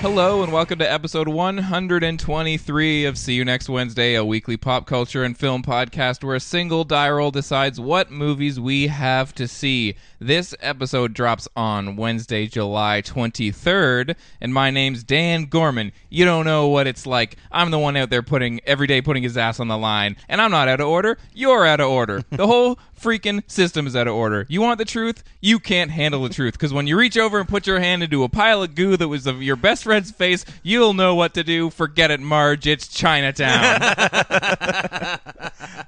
Hello and welcome to episode 123 of See You Next Wednesday, a weekly pop culture and film podcast where a single die roll decides what movies we have to see. This episode drops on Wednesday, July 23rd, and my name's Dan Gorman. You don't know what it's like. I'm the one out there putting every day putting his ass on the line, and I'm not out of order. You're out of order. The whole freaking system is out of order. You want the truth? You can't handle the truth because when you reach over and put your hand into a pile of goo that was of your best friend's face, you'll know what to do. Forget it, Marge. It's Chinatown.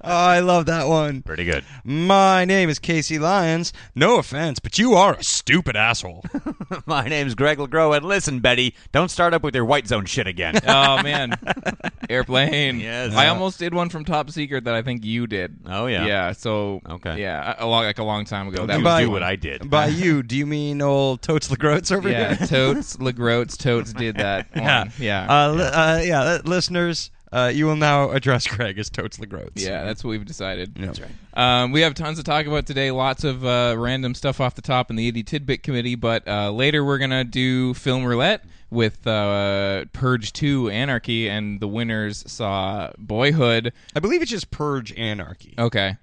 Oh, I love that one. Pretty good. My name is Casey Lyons. No offense, but you are a stupid asshole. My name's Greg LeGros, and listen, Betty, don't start up with your white zone shit again. oh man, airplane. Yes. I almost did one from Top Secret that I think you did. Oh, yeah. Yeah. So Okay. Yeah, a long like a long time ago. that was buy- would do what I did. By you, do you mean old Totes LeGroats over yeah. here? Totes Legroats Totes did that. One. Yeah. Yeah. Uh, li- uh, yeah, li- listeners, uh, you will now address Greg as Totes LeGroats. Yeah, that's what we've decided. That's right. Um, we have tons to talk about today. Lots of uh, random stuff off the top in the Itty Tidbit Committee, but uh, later we're gonna do film roulette with uh, Purge Two: Anarchy, and the winners saw Boyhood. I believe it's just Purge Anarchy. Okay.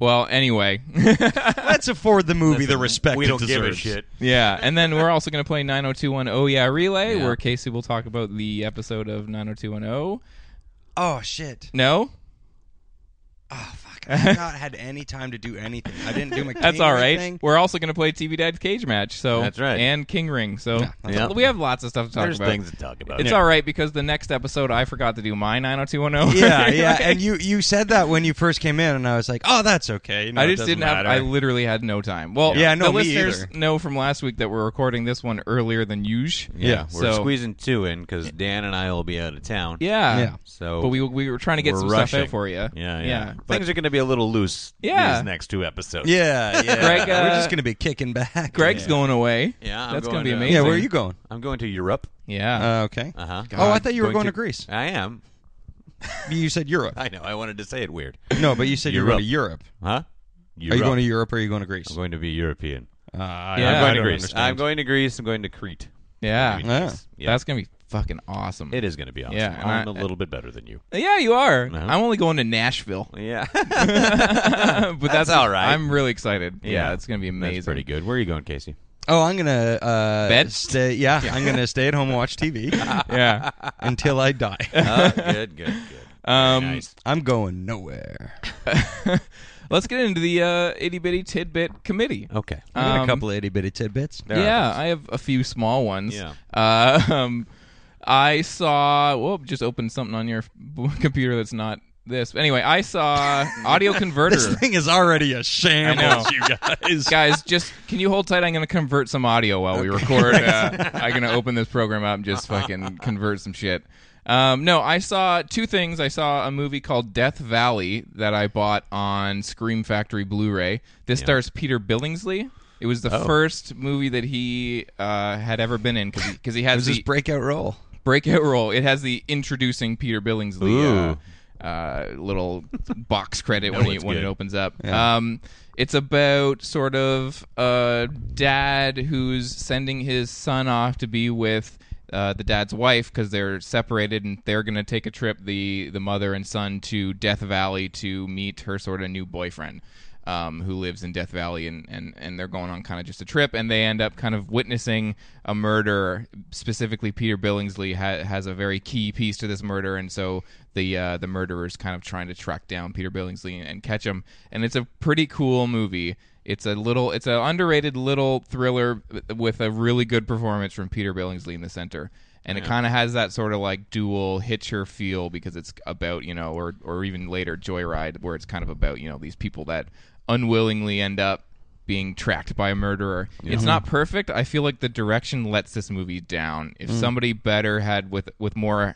Well, anyway, Let's afford the movie the respect we it don't give a deserves. shit. yeah, and then we're also gonna play 9021 Oh Yeah Relay, where Casey will talk about the episode of 90210. Oh, shit. oh. Oh, No, Fuck, I have not had any time to do anything. I didn't do my That's all right. thing. We're also going to play TV Dad's Cage Match. So That's right. and King Ring. So Yeah. we have lots of stuff to talk There's about. things to talk about. It's all right because the next episode I forgot to do oh my 90210. Yeah, yeah. And you, you said that when you first came in, and I was like, oh, that's okay. No, I it just doesn't didn't have. matter. I literally had no time. Well, Yeah, no, the me listeners either. know from last week that we're recording this one earlier than usual. Yeah. We're so squeezing two in because Dan and I will be out of town. yeah, Yeah. So But we we were trying to get we're some stuff rushing. out for you. Yeah, yeah. But Things are going to be a little loose Yeah. these next two episodes. Yeah, yeah. Greg, uh, we're just gonna be kicking back. Greg's going away. Yeah, I'm that's going be to- amazing. Yeah, where are you going? I'm going to Europe. Yeah. Uh, okay. Uh-huh. Oh, I thought you were going to Greece. I am. You said Europe. I know. I wanted to say it weird. No, but you said you were going to Europe. Huh? Are you going to Europe or are you going to Greece? I'm going to be European. Uh, I- Yeah. I I'm going to don't Greece. understand. I'm going to Greece. I'm going to Crete. yeah. Maybe Yeah. Greece. Yeah. That's gonna be fucking awesome. It is going to be awesome. Yeah, and I'm I- a little bit better than you. Yeah, you are. Uh-huh. I'm only going to Nashville. Yeah. Uh, but that's, all right. I'm really excited. Yeah, Yeah. it's gonna be amazing. That's pretty good. Where are you going, Casey? Oh, I'm gonna uh, Bed? Stay. Yeah, I'm gonna stay at home and watch TV Yeah. until I die. Uh, Oh, good, good, good. Um, nice. I'm going nowhere. Let's get into the uh, itty bitty tidbit committee. Okay. I got Um, a couple of itty bitty tidbits. There are yeah, those. I have a few small ones. Yeah. Uh, um, I saw. Whoa, just opened something on your f- computer that's not this. Anyway, I saw audio This converter. thing is already a know. shambles, you guys. Guys, just can you hold tight? I'm going to convert some audio while we record. Uh, I'm going to open this program up and just fucking convert some shit. Um, no, I saw two things. I saw a movie called Death Valley that I bought on Scream Factory Blu-ray. This stars Peter Billingsley. It was the Oh. first movie that he uh, had ever been in because he, 'cause he It has was the this breakout role. breakout role. It has the introducing Peter Billingsley uh, uh, little box credit when, you, it's when it good. opens up. Um, it's about sort of a dad who's sending his son off to be with uh, the dad's wife because they're separated and they're going to take a trip the the mother and son to Death Valley to meet her sort of new boyfriend um, who lives in Death Valley, and, and, and they're going on kind of just a trip, and they end up kind of witnessing a murder. Specifically, Peter Billingsley ha- has a very key piece to this murder, and so the uh, the murderer's kind of trying to track down Peter Billingsley and, and catch him. And it's a pretty cool movie. It's a little, it's an underrated little thriller with a really good performance from Peter Billingsley in the center and it kind of has that sort of like dual hitcher feel because it's about you know or or even later joyride where it's kind of about you know these people that unwillingly end up being tracked by a murderer it's not perfect i feel like the direction lets this movie down if somebody better had with with more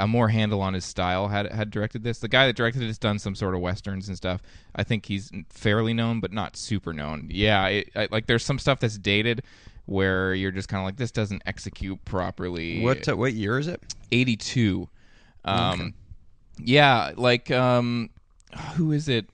a more handle on his style had had directed this the guy that directed it has done some sort of westerns and stuff i think he's fairly known but not super known yeah it, I, like there's some stuff that's dated where you're just kind of like this doesn't execute properly What uh, what year is it? 82 um yeah like um who is it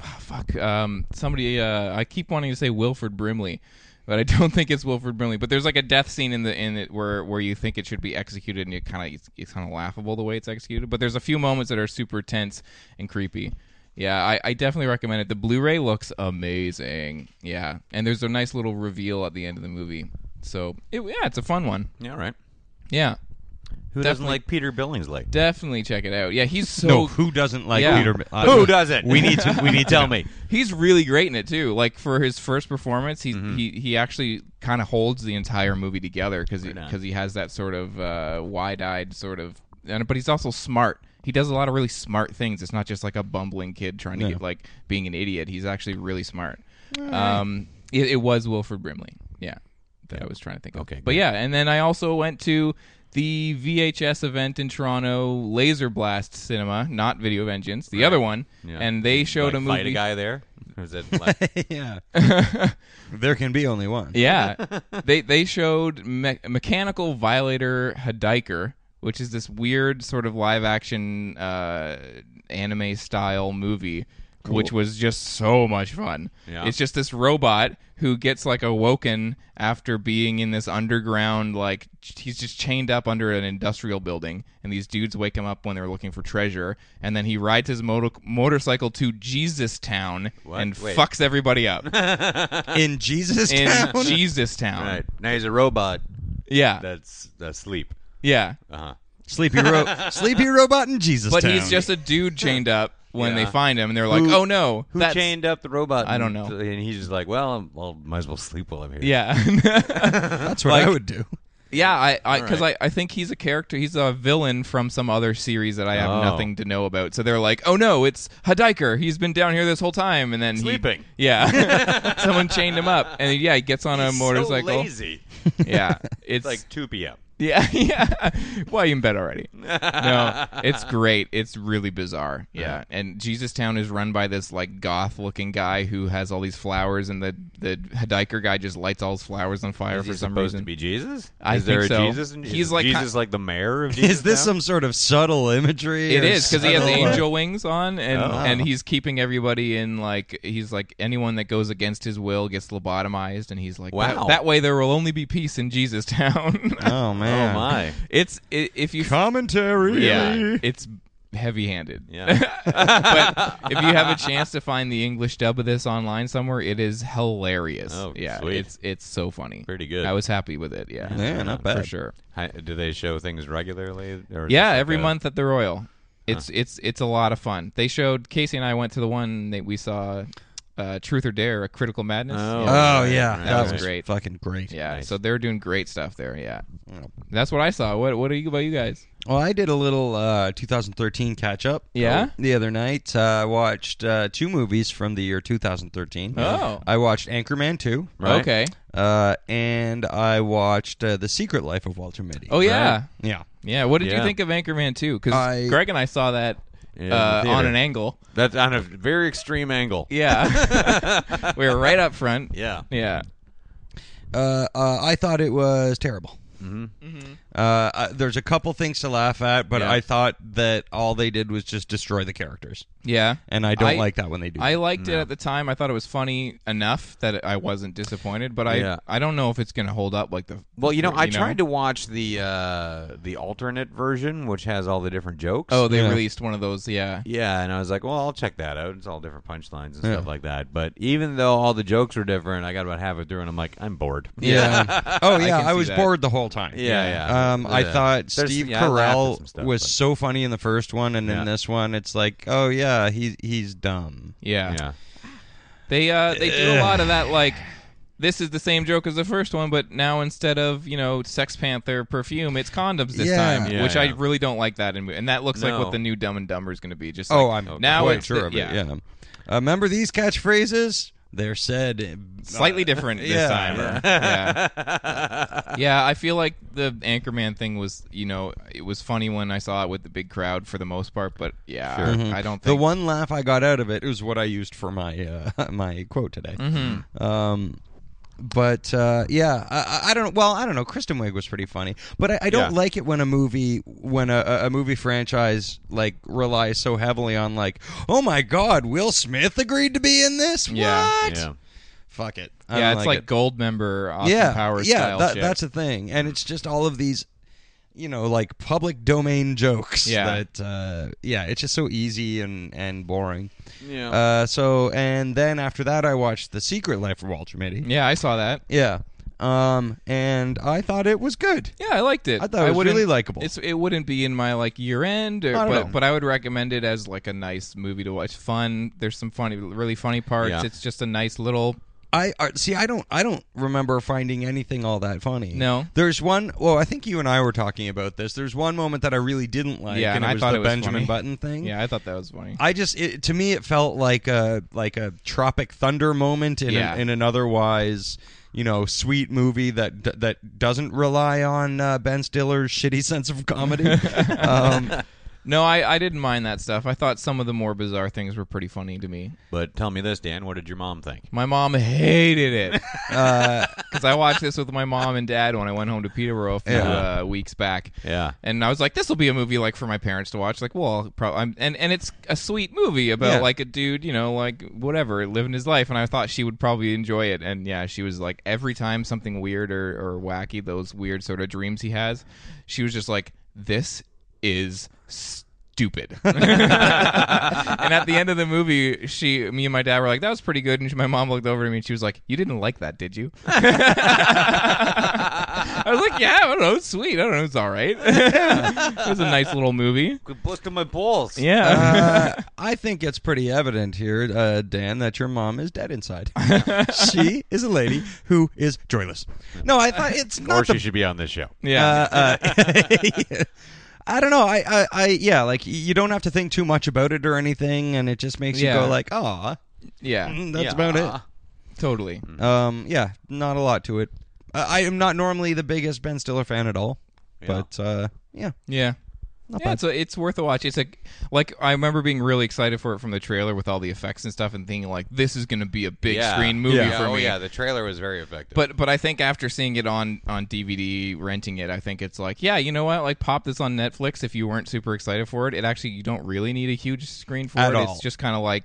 Ah, fuck um somebody uh i keep wanting to say wilford brimley but i don't think it's wilford brimley but there's like a death scene in the in it where where you think it should be executed and it kind of it's, it's kind of laughable the way it's executed but there's a few moments that are super tense and creepy yeah, I, I definitely recommend it. The Blu-ray looks amazing. Yeah, and there's a nice little reveal at the end of the movie. So it, yeah, it's a fun one. Yeah, right. Yeah, Who doesn't like Peter Billingsley? Definitely check it out. Yeah, he's so No, who doesn't like Yeah. Peter? I- Uh, Who doesn't? We need to. We need to tell me. he's really great in it too. Like for his first performance, he Mm-hmm. he, he actually kind of holds the entire movie together because because he, has that sort of uh, wide-eyed sort of, and but he's also smart. He does a lot of really smart things. It's not just like a bumbling kid trying to get like being an idiot. He's actually really smart. Um, it, it was Wilford Brimley. Yeah, that I was trying to think. of. Okay, but yeah, and then I also went to the VHS event in Toronto, Laser Blast Cinema, not Video Vengeance, the other one, and they showed Like, a movie. Fight a guy there. Or is it like- yeah. there can be only one. Yeah, they they showed me- mechanical violator Hadiker, which is this weird sort of live action uh, anime style movie, which was just so much fun. Yeah. It's just this robot who gets like awoken after being in this underground like ch- he's just chained up under an industrial building and these dudes wake him up when they're looking for treasure and then he rides his moto- motorcycle to Jesus Town and Wait. fucks everybody up In Jesus in Town. Jesus Town. Right. Now he's a robot Yeah. that's asleep. yeah. Sleepy ro- Sleepy robot in Jesus But Town. he's just a dude chained up when Yeah. they find him, and they're like, "Oh no, Who that's- chained up the robot? I don't and- know. And he's just like, well, I'm, well, might as well sleep while I'm here. Yeah, That's what I would do. yeah. I because I, I, think he's a character. He's a villain from some other series that I have Oh. nothing to know about. So they're like, "Oh no, it's Hadiker. He's been down here this whole time, and then he- Sleeping. yeah, someone chained him up, and yeah, he gets on a He's motorcycle. So lazy. Yeah, it's It's like 2 p.m. Yeah, yeah. Why are you in bed already? No, it's great. It's really bizarre. Yeah, and Jesus Town is run by this like goth-looking guy who has all these flowers, and the the Hadiker guy just lights all his flowers on fire Is he for some supposed reason. to be Jesus? I is there think a so. Jesus? In, He's is like Jesus, ki- like the mayor of Jesus. Is this now? some sort of subtle imagery? It or is because he Oh. has subtle- angel wings on, and and he's keeping everybody in like he's like anyone that goes against his will gets lobotomized, and he's like, that- Wow. that, way there will only be peace in Jesus Town. Oh man. Oh my! it's i if you Commentary. yeah, it's heavy-handed. Yeah. but if you have a chance to find the English dub of this online somewhere, it is hilarious. Oh, yeah, sweet. it's it's so funny. Pretty good. I was happy with it. Yeah, Yeah, not for bad. sure. Hi- Do they show things regularly? Or is Yeah, this like every a- month at the Royal. It's it's it's a lot of fun. They showed Casey and I went to the one that we saw, uh, Truth or Dare, a Critical Madness. Oh. Yeah. Oh yeah, that, was great. Fucking great. Yeah, so they're doing great stuff there. Yeah, that's what I saw. What what are you about you guys? Well, I did a little uh, 2013 catch up. Yeah? The other night, uh, I watched uh, two movies from the year 2013. Oh. I watched Anchorman 2. Right. Okay. Uh, and I watched uh, The Secret Life of Walter Mitty. Oh yeah, Yeah. yeah. What did you Yeah. think of Anchorman too? Because I- Greg and I saw that in uh, the on theater. an angle. That's on a very extreme angle. Yeah. we were right up front. Yeah. Yeah. Uh, uh, I thought it was terrible. Uh, I, there's a couple things to laugh at, but Yeah. I thought that all they did was just destroy the characters, Yeah. and I don't like that when they do. I that. liked it at the time. I thought it was funny enough that I wasn't disappointed, but I Yeah. I don't know if it's going to hold up like the Well, you know, I tried to watch the uh, the alternate version, which has all the different jokes. Oh, they Yeah. released one of those, yeah. yeah, and I was like, well, I'll check that out. It's all different punchlines and stuff like that. But even though all the jokes were different, I got about half it through, and I'm like, I'm bored. Yeah. oh yeah, can I, see was that. bored the whole time. Yeah, yeah. Um, I Yeah. thought There's- Steve yeah, I laughed at some Carell stuff, was but- so funny in the first one, and Yeah. in this one, it's like, oh yeah, he he's dumb. Yeah. yeah. They uh they do a lot of that like this is the same joke as the first one, but now instead of you know Sex Panther perfume, it's condoms this Yeah. time, Yeah, which I yeah. really don't like that. In, and that looks like No. what the new Dumb and Dumber is going to be. Just Oh, like, I'm now quite it's sure the- of it. Yeah. Uh, remember these catchphrases? They're said. slightly different this Yeah, time. or- Yeah. yeah, I feel like the Anchorman thing was, you know, it was funny when I saw it with the big crowd for the most part, but yeah, I- I don't Mm-hmm. The think one laugh I got out of it was what I used for my uh, my quote today. Um, but uh, yeah, I, I- I don't. know. Well, I don't know. Kristen Wiig was pretty funny, but I, I don't Yeah. like it when a movie when a, a- a movie franchise like relies so heavily on like, oh my God, Will Smith agreed to be in this. Yeah. What? Yeah. Fuck it. I yeah, don't it's like it gold member Austin yeah, Powers yeah, style that- shit. that's the thing, and it's just all of these, you know, like public domain jokes. Yeah. that uh, yeah, it's just so easy and and boring. Yeah. Uh, so and then after that, I watched The Secret Life of Walter Mitty. yeah, I saw that. Yeah. Um, and I thought it was good. Yeah, I liked it. I thought it was wouldn't- really likable. It's it wouldn't be in my like year end, or, I don't but know. but I would recommend it as like a nice movie to watch. Fun. There's some funny, really funny parts. Yeah. It's just a nice little. I uh, see. I don't. I don't remember finding anything all that funny. No. There's one. Well, I think you and I were talking about this. There's one moment that I really didn't like. Yeah, and and, it I was thought the it was Benjamin funny. Button thing. Yeah, I thought that was funny. I just it, to me it felt like a like a Tropic Thunder moment in Yeah. an, in an otherwise you know sweet movie that d- that doesn't rely on uh, Ben Stiller's shitty sense of comedy. um, No, I, I didn't mind that stuff. I thought some of the more bizarre things were pretty funny to me. But tell me this, Dan. What did your mom think? My mom hated it because I watched this with my mom and dad when I went home to Peterborough a few Yeah. uh, weeks back. Yeah. and I was like, "This will be a movie like for my parents to watch." Like, well, probably, and and it's a sweet movie about Yeah. like a dude, you know, like whatever, living his life. And I thought she would probably enjoy it. And yeah, she was like, every time something weird or or wacky, those weird sort of dreams he has, she was just like, "This is." Stupid. and at the end of the movie, she, me, and my dad were like, "That was pretty good." And she, my mom looked over at me and she was like, "You didn't like that, did you?" I was like, "Yeah, I don't know, it's sweet. I don't know, it's all right." it was a nice little movie. Good bust my balls. Yeah, uh, I think it's pretty evident here, uh, Dan, that your mom is dead inside. she is a lady who is joyless. No, I thought it's Or not the she should be on this show. Uh, yeah, I don't know. I, I, I, yeah, like y- you don't have to think too much about it or anything, and it just makes Yeah. you go like, "Ah, yeah, Uh-huh. that's about it." totally. Mm. Um, yeah, not a lot to it. I, I am not normally the biggest Ben Stiller fan at all, but uh, yeah, Yeah. yeah, it's, a, it's worth a watch. It's like, like I remember being really excited for it from the trailer with all the effects and stuff, and thinking like, "This is going to be a big screen movie Yeah. for oh, me." yeah. The trailer was very effective. But but I think after seeing it on on DVD, renting it, I think it's like, yeah, you know what? Like pop this on Netflix if you weren't super excited for it. It actually you don't really need a huge screen for At it. all. It's just kind of like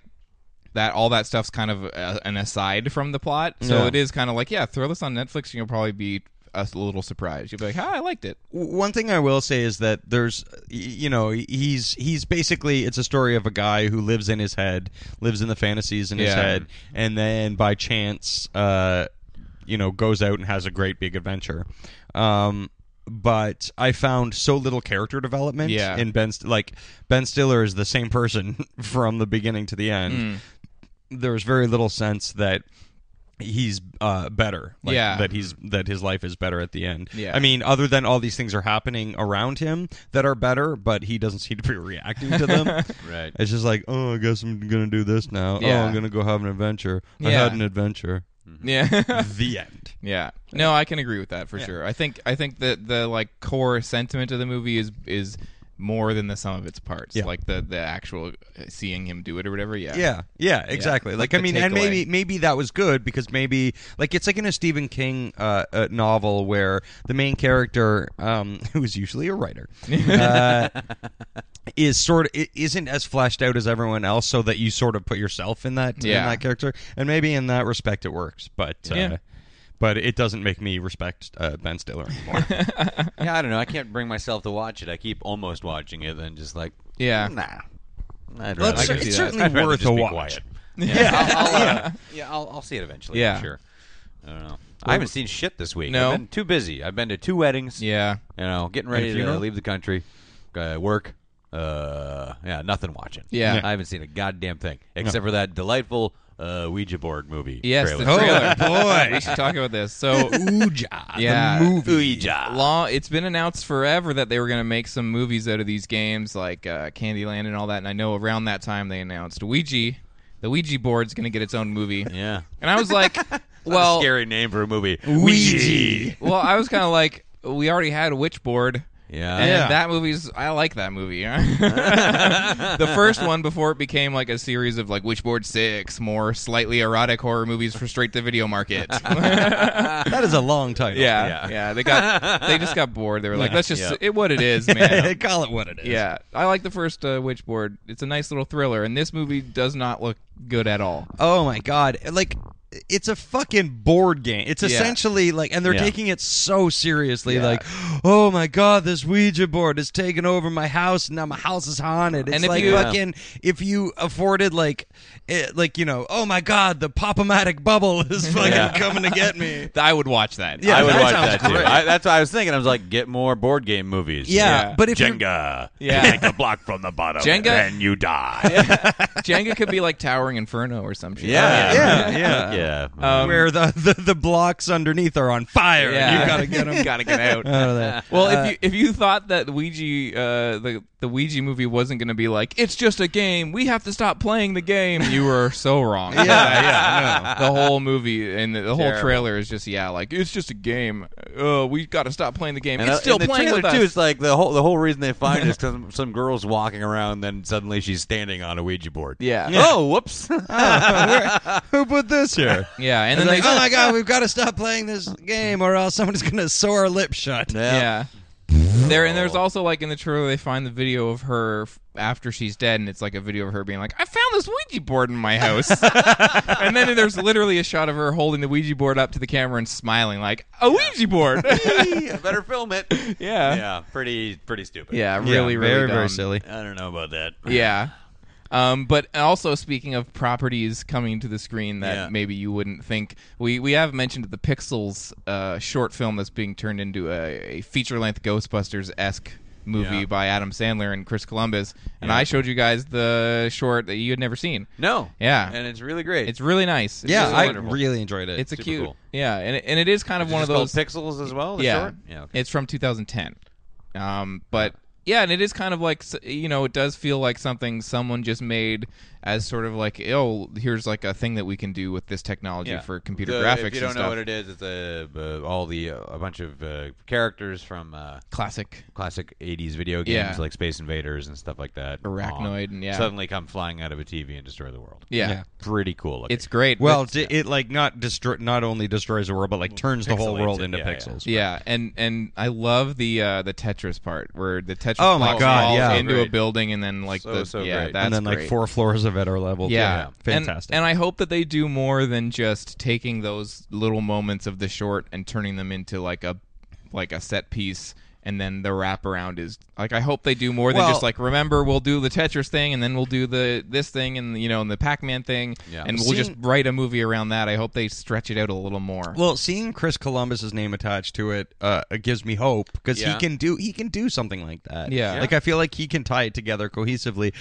that all that stuff's kind of uh an aside from the plot. So Yeah. it is kind of like, yeah, throw this on Netflix and you'll probably be a little surprised. You'll be like, "Ah, I liked it." W- one thing I will say is that there's, y- you know, he's he's basically it's a story of a guy who lives in his head, lives in the fantasies in his Yeah. head, and then by chance, uh, you know, goes out and has a great big adventure. Um, but I found so little character development Yeah. in Ben. St- like Ben Stiller is the same person from the beginning to the Hmm. end. There's very little sense that he's uh, better. Like, Yeah. that he's that his life is better at the end. Yeah. I mean, other than all these things are happening around him that are better, but he doesn't seem to be reacting to them. Right. It's just like, oh, I guess I'm gonna do this now. Yeah. Oh, I'm gonna go have an adventure. I Yeah. had an adventure. Yeah. The end. Yeah. No, I can agree with that for sure. I think I think that the like core sentiment of the movie is is more than the sum of its parts. Yeah. Like the the actual uh, seeing him do it or whatever. Yeah. Yeah, yeah, exactly. Like Like, the I mean, and takeaway. maybe maybe that was good because maybe like it's like in a Stephen King uh, uh, novel where the main character, um, who is usually a writer, uh, is sort of i- isn't as fleshed out as everyone else, so that you sort of put yourself in that Yeah. in that character, and maybe in that respect it works, but. Uh, Yeah. But it doesn't make me respect uh, Ben Stiller anymore. yeah, I don't know. I can't bring myself to watch it. I keep almost watching it, and just like, Yeah. nah. I'd Well, rather it's just- cer- it's I'd certainly rather worth just a be watch. quiet. Yeah, I'll, I'll, uh, yeah, I'll, I'll see it eventually. Yeah. I'm sure. I don't know. I haven't seen shit this week. No? I've been too busy. I've been to two weddings. Yeah. you know, getting a ready to funeral? leave the country, uh, work. Uh, yeah, nothing watching. Yeah. I haven't seen a goddamn thing except for that delightful uh, Ouija board movie. Yes, trailer. the trailer. boy. we should talk about this. So, Ouija, Yeah. the movie. Ouija. law. It's been announced forever that they were going to make some movies out of these games, like uh, Candyland and all that. And I know around that time they announced Ouija. The Ouija board's going to get its own movie. Yeah. And I was like, What a well, scary name for a movie. Ouija. well, I was kind of like, we already had a witch board. Yeah. And Yeah. that movie's I like that movie. the first one before it became like a series of like Witchboard Six, more slightly erotic horror movies for straight to video market. That is a long title. Yeah, yeah, Yeah. They got they just got bored. They were like, let's just Yeah. it what it is, man. Call it what it is. yeah, I like the first uh, Witchboard. It's a nice little thriller, and this movie does not look good at all. Oh my god! Like it's a fucking board game. It's essentially like, and they're Yeah. taking it so seriously. Like, oh my god, this Ouija board is taking over my house, and now my house is haunted. It's And if like you- fucking if you afforded like, it, like you know, oh my god, the popomatic bubble is fucking coming to get me. I would watch that. Yeah, I would that watch sounds that too. great. I, that's what I was thinking. I was like, get more board game movies. Yeah, Yeah. but if you're- Jenga. Yeah. Take the block from the bottom. Jenga? And you die. Jenga could be like Towering Inferno or some shit. Yeah, yeah. Oh, Yeah. Um, Yeah. where the, the the blocks underneath are on fire, and you Yeah. gotta get them gotta get out. out of there. Well, if you if you thought that Ouija uh, the the Ouija movie wasn't going to be like it's just a game, we have to stop playing the game. You were so wrong. yeah, yeah. The whole movie and the, the whole trailer is just yeah, like it's just a game. Uh, we got to stop playing the game. And it's I- still and the playing trailer, with us. too. It's like the whole the whole reason they find it is because some girl's walking around, then suddenly she's standing on a Ouija board. Yeah. Oh, whoops. Who put this here? yeah, and And then like, they oh my god, we've got to stop playing this game, or else someone's gonna sew our lip shut. yeah. There and there's also like in the trailer they find the video of her f- after she's dead and it's like a video of her being like I found this Ouija board in my house and then there's literally a shot of her holding the Ouija board up to the camera and smiling like a Ouija board I better film it. Yeah. Yeah. Pretty pretty stupid. yeah really really very dumb. very silly. I don't know about that. yeah um, but also speaking of properties coming to the screen that Yeah. maybe you wouldn't think we we have mentioned the Pixels uh, short film that's being turned into a, a feature length Ghostbusters esque movie Yeah. by Adam Sandler and Chris Columbus and I showed you guys the short that you had never seen No. Yeah. And it's really great. it's really nice It's Yeah, really I wonderful. really enjoyed it. it's a super cute cool. yeah and it, and it is kind of Is it one of just called those pixels as well. the yeah. short? Yeah. okay. It's from 2010. Um, but yeah, and it is kind of like s- you know, it does feel like something someone just made as sort of like, oh, here's like a thing that we can do with this technology Yeah. for computer The- graphics. If you don't and know stuff. what it is, it's a, uh, all the uh, a bunch of uh, characters from uh, classic. classic '80s video games Yeah. like Space Invaders and stuff like that. Arachnoid and- yeah. Suddenly come flying out of a TV and destroy the world. Yeah, Yeah. Pretty cool. Looking. it's great. well, but- d- it like not destroy, not only destroys the world, but like turns the whole Pixelates world it, into yeah, yeah. pixels. yeah, and and I love the uh, the Tetris part where the Tetris Oh my block God, falls yeah. into a Great. building and then like So, the so yeah great. that's and then great. like four floors of it are leveled. Yeah, And- fantastic. And, I hope that they do more than just taking those little moments of the short and turning them into like a like a set piece. And then the wraparound is like I hope they do more than Well- just like remember we'll do the Tetris thing and then we'll do the this thing and you know and the Pac Man thing Yeah. and we'll just Seeing- write a movie around that. I hope they stretch it out a little more. well, seeing Chris Columbus's name attached to it, uh, it gives me hope because Yeah. he can do he can do something like that. Yeah. Yeah. like I feel like he can tie it together cohesively.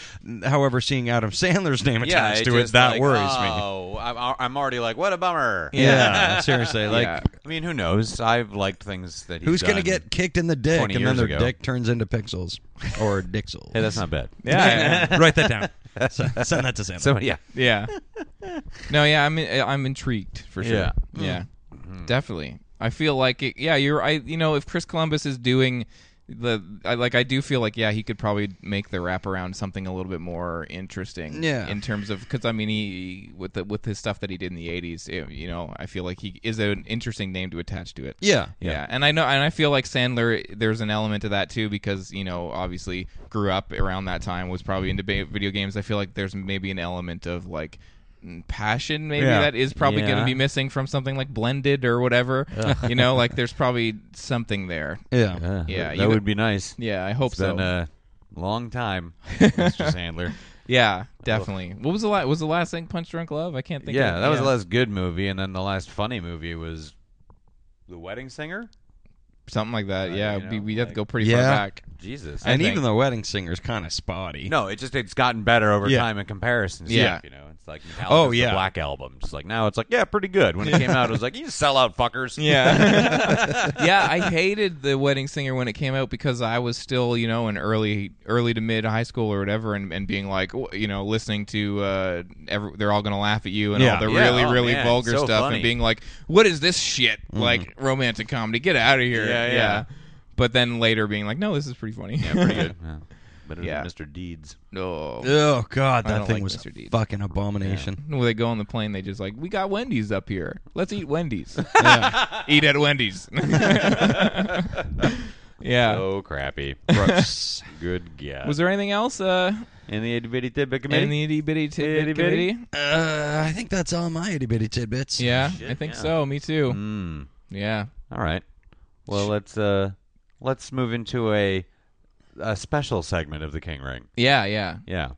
However, seeing Adam Sandler's name yeah, attached it to it just that like, worries me. Oh, I'm, I'm already like, what a bummer. Yeah, seriously, like. Yeah. I mean, who knows? I've liked things that he's Who's going to done. get kicked in the dick 20 and then years their ago. dick turns into pixels or dixels? Hey, that's not bad. yeah, Write that down. S- Send that to Sam. So yeah, yeah. No, yeah, I'm I'm intrigued for sure. Yeah. yeah, definitely. I feel like it, yeah, you're I you know if Chris Columbus is doing the I, like I do feel like yeah he could probably make the wraparound something a little bit more interesting Yeah. in terms of because I mean he with the with his stuff that he did in the 80s it- you know I feel like he is an interesting name to attach to it Yeah. yeah. and I know and I feel like Sandler there's an element to that too because you know obviously grew up around that time was probably into ba- video games I feel like there's maybe an element of like mm, passion maybe Yeah. that is probably going to Yeah. be missing from something like blended or whatever you know like there's probably something there Yeah. Uh, Yeah, that you would could- be nice. yeah, I hope It's so. been a long time, Mr. Sandler. yeah, definitely. What was the last? Was the last thing Punch Drunk Love? I can't think. yeah, of, that was the last good movie, and then the last funny movie was The Wedding Singer. something like that. Uh, yeah, you we, know, we have to like- go pretty Yeah. far back. Jesus, and think- even the wedding singer's kind of spotty. no, it just it's gotten better over Yeah. time in comparison. to Yeah. stuff, you know, it's like Metallica's Oh, the yeah. Black Album. Just like now, it's like yeah, pretty good. When it came out, it was like you sell out fuckers. Yeah. yeah, I hated the wedding singer when it came out because I was still, you know, in early early to mid high school or whatever and, and being like, w- you know, listening to uh every, they're all going to laugh at you and Yeah. all the Yeah, really oh, really man, vulgar so stuff funny. and being like, what is this shit? Like romantic comedy. Get out of here. Yeah, yeah. But then later being like, no, this is pretty funny. Yeah, pretty good. Yeah. Better than Yeah. Mr. Deeds. no. Oh God, that don't thing like was Mr. Deeds. fucking abomination. When they go on the plane, they just like, we got Wendy's up here. Let's eat Wendy's. eat at Wendy's. yeah. So crappy. Gross. good guess. Was there anything else uh, in the itty bitty tidbit committee? in the itty bitty tidbit Itty-bitty? committee? uh, I think that's all my itty bitty tidbits. Yeah, I think so. Me too. Mm. Yeah. All right. Well, let's uh, let's move into a a special segment of the King Ring. Yeah, yeah. Yeah.